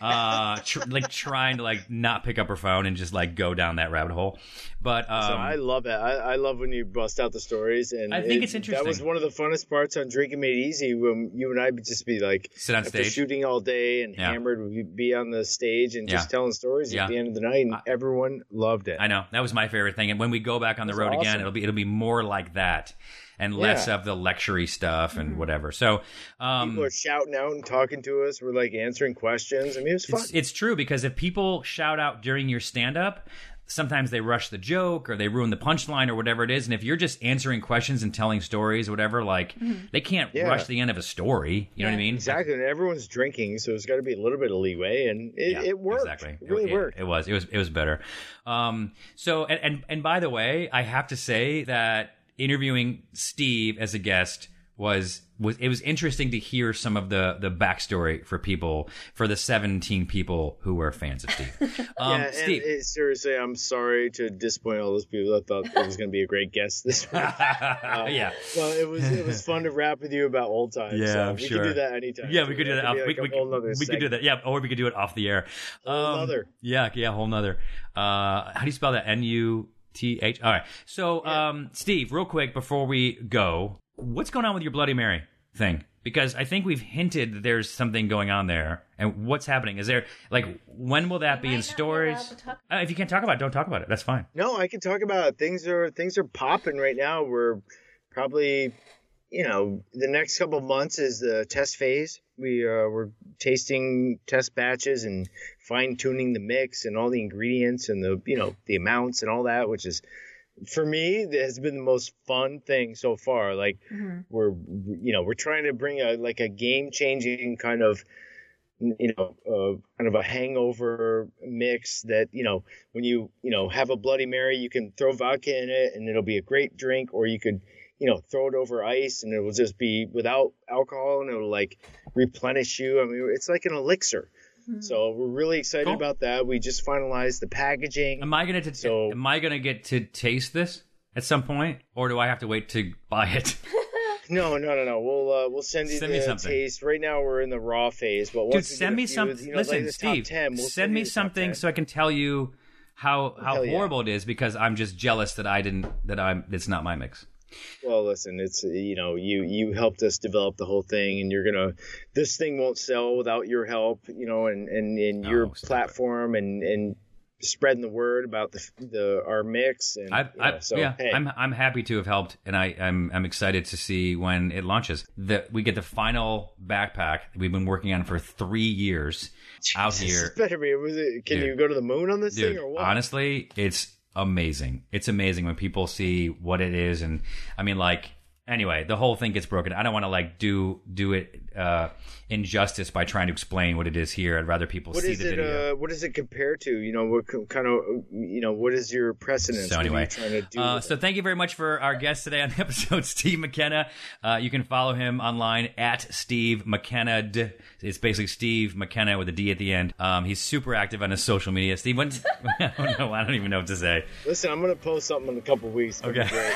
S2: uh, tr- like trying to like not pick up her phone and just like go down that rabbit hole. But um,
S5: so i love it I, I love when you bust out the stories and
S2: I think
S5: it-
S2: it's interesting.
S5: that was one of the funnest parts on drinking made easy when you and i would just be like
S2: Sit on
S5: after
S2: stage.
S5: shooting all day and
S2: Yeah.
S5: hammered we'd be on the stage and just
S2: Yeah.
S5: telling stories
S2: Yeah.
S5: at the end of the night and everyone loved it
S2: I know that was my favorite thing. And when we go back on the road again,
S5: awesome.
S2: it'll be it'll be more like that and less
S5: Yeah. Mm-hmm.
S2: of the lectury stuff and whatever. So um,
S5: people are shouting out and talking to us we're like answering questions i mean it was fun
S2: it's, it's true because if people shout out during your stand up, sometimes they rush the joke or they ruin the punchline or whatever it is. And if you're just answering questions and telling stories, or whatever, like they can't
S5: Mm-hmm. Yeah.
S2: rush the end of a story. You know what I mean?
S5: Exactly, and everyone's drinking, so there's got to be a little bit of leeway, and it,
S2: Yeah,
S5: it worked.
S2: Exactly.
S5: It really
S2: it,
S5: worked.
S2: It, was. It was. It was better. Um. So and, and and by the way, I have to say that interviewing Steve as a guest was was it was interesting to hear some of the the backstory for people for the 17 people who were fans of Steve. Um,
S5: yeah,
S2: Steve.
S5: And, uh, seriously, I'm sorry to disappoint all those people that thought it was going to be a great guest this week.
S2: yeah.
S5: well, it was it was fun to rap with you about old times.
S2: Yeah,
S5: so
S2: I'm
S5: we
S2: sure.
S5: could do that anytime.
S2: Yeah, we could do that. Off,
S5: That could be
S2: we
S5: like a
S2: we,
S5: whole nother
S2: we could do
S5: segment.
S2: that. Yeah, or we could do it off the air. Um,
S5: nother.
S2: Yeah, yeah, whole nother. Uh, how do you spell that? N U T H. All right. So, um, Steve, real quick before we go, what's going on with your Bloody Mary thing? because I think we've hinted that there's something going on there. And what's happening? Is there like when will that be in stores? Uh, if you can't talk about it, don't talk about it. That's fine.
S5: No, I can talk about it. things are things are popping right now. We're probably, you know, the next couple months is the test phase. We uh, we're tasting test batches and fine tuning the mix and all the ingredients and the you know the amounts and all that, which is for me that has been the most fun thing so far. Like we're you know we're trying to bring a like a game changing kind of you know uh, kind of a hangover mix that you know when you you know have a bloody mary you can throw vodka in it and it'll be a great drink or you could you know throw it over ice and it will just be without alcohol and it'll like replenish you i mean it's like an elixir so we're really excited about that we just finalized the packaging
S2: Am I gonna to, am I gonna get to taste this at some point, or do I have to wait to buy it?
S5: No, no, no, no. We'll uh, we'll send you
S2: Send me
S5: the
S2: something.
S5: taste. Right now we're in the raw phase, but once
S2: Dude,
S5: we get
S2: send
S5: a
S2: me
S5: few,
S2: something.
S5: You know,
S2: Listen,
S5: like the top
S2: Steve,
S5: 10, we'll
S2: send, me
S5: you the top
S2: something so I can tell you how how
S5: Hell yeah.
S2: horrible it is because I'm just jealous that I didn't that I'm it's not my mix.
S5: Well, listen, it's uh, you know you you helped us develop the whole thing, and you're gonna this thing won't sell without your help, you know, and and, and your platform and and spreading the word about the the our mix and
S2: I,
S5: you
S2: I,
S5: know, so
S2: yeah,
S5: hey,
S2: I'm I'm happy to have helped, and I I'm I'm excited to see when it launches. That we get the final backpack that we've been working on for three years out
S5: this
S2: here.
S5: better be. was it- Can
S2: Dude.
S5: you go to the moon on this
S2: Dude,
S5: thing or what?
S2: honestly, it's amazing. It's amazing when people see what it is, and I mean, like, anyway, the whole thing gets broken. I don't want to like do do it uh, injustice by trying to explain what it is here. I'd rather people
S5: What
S2: see
S5: is
S2: the
S5: it?
S2: video.
S5: Uh, what does it compare to? You know, what co- kind of you know what is your precedence?
S2: So
S5: What are you
S2: anyway,
S5: trying to do
S2: uh, so thank you very much for our guest today on the episode, Steve McKenna. Uh, you can follow him online at Steve McKenna. D. It's basically Steve McKenna with a D at the end. Um, he's super active on his social media. Steve, when, I don't know. I don't even know what to say.
S5: Listen, I'm gonna post something in a couple weeks.
S2: Okay.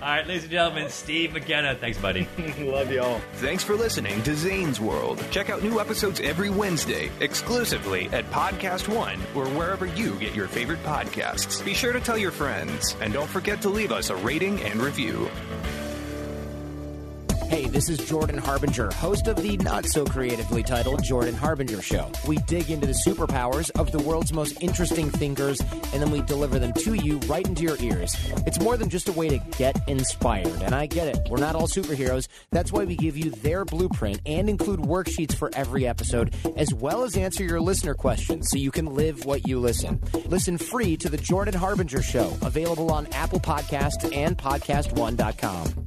S2: All right, ladies and gentlemen, Steve McKenna. Thanks, buddy.
S5: Love y'all.
S6: Thanks for listening to Zane's World. Check out new episodes every Wednesday, exclusively at Podcast One or wherever you get your favorite podcasts. Be sure to tell your friends, and don't forget to leave us a rating and review.
S8: Hey, this is Jordan Harbinger, host of the not so creatively titled Jordan Harbinger Show. We dig into the superpowers of the world's most interesting thinkers, and then we deliver them to you right into your ears. It's more than just a way to get inspired, and I get it. We're not all superheroes. That's why we give you their blueprint and include worksheets for every episode, as well as answer your listener questions so you can live what you listen. Listen free to The Jordan Harbinger Show, available on Apple Podcasts and PodcastOne.com.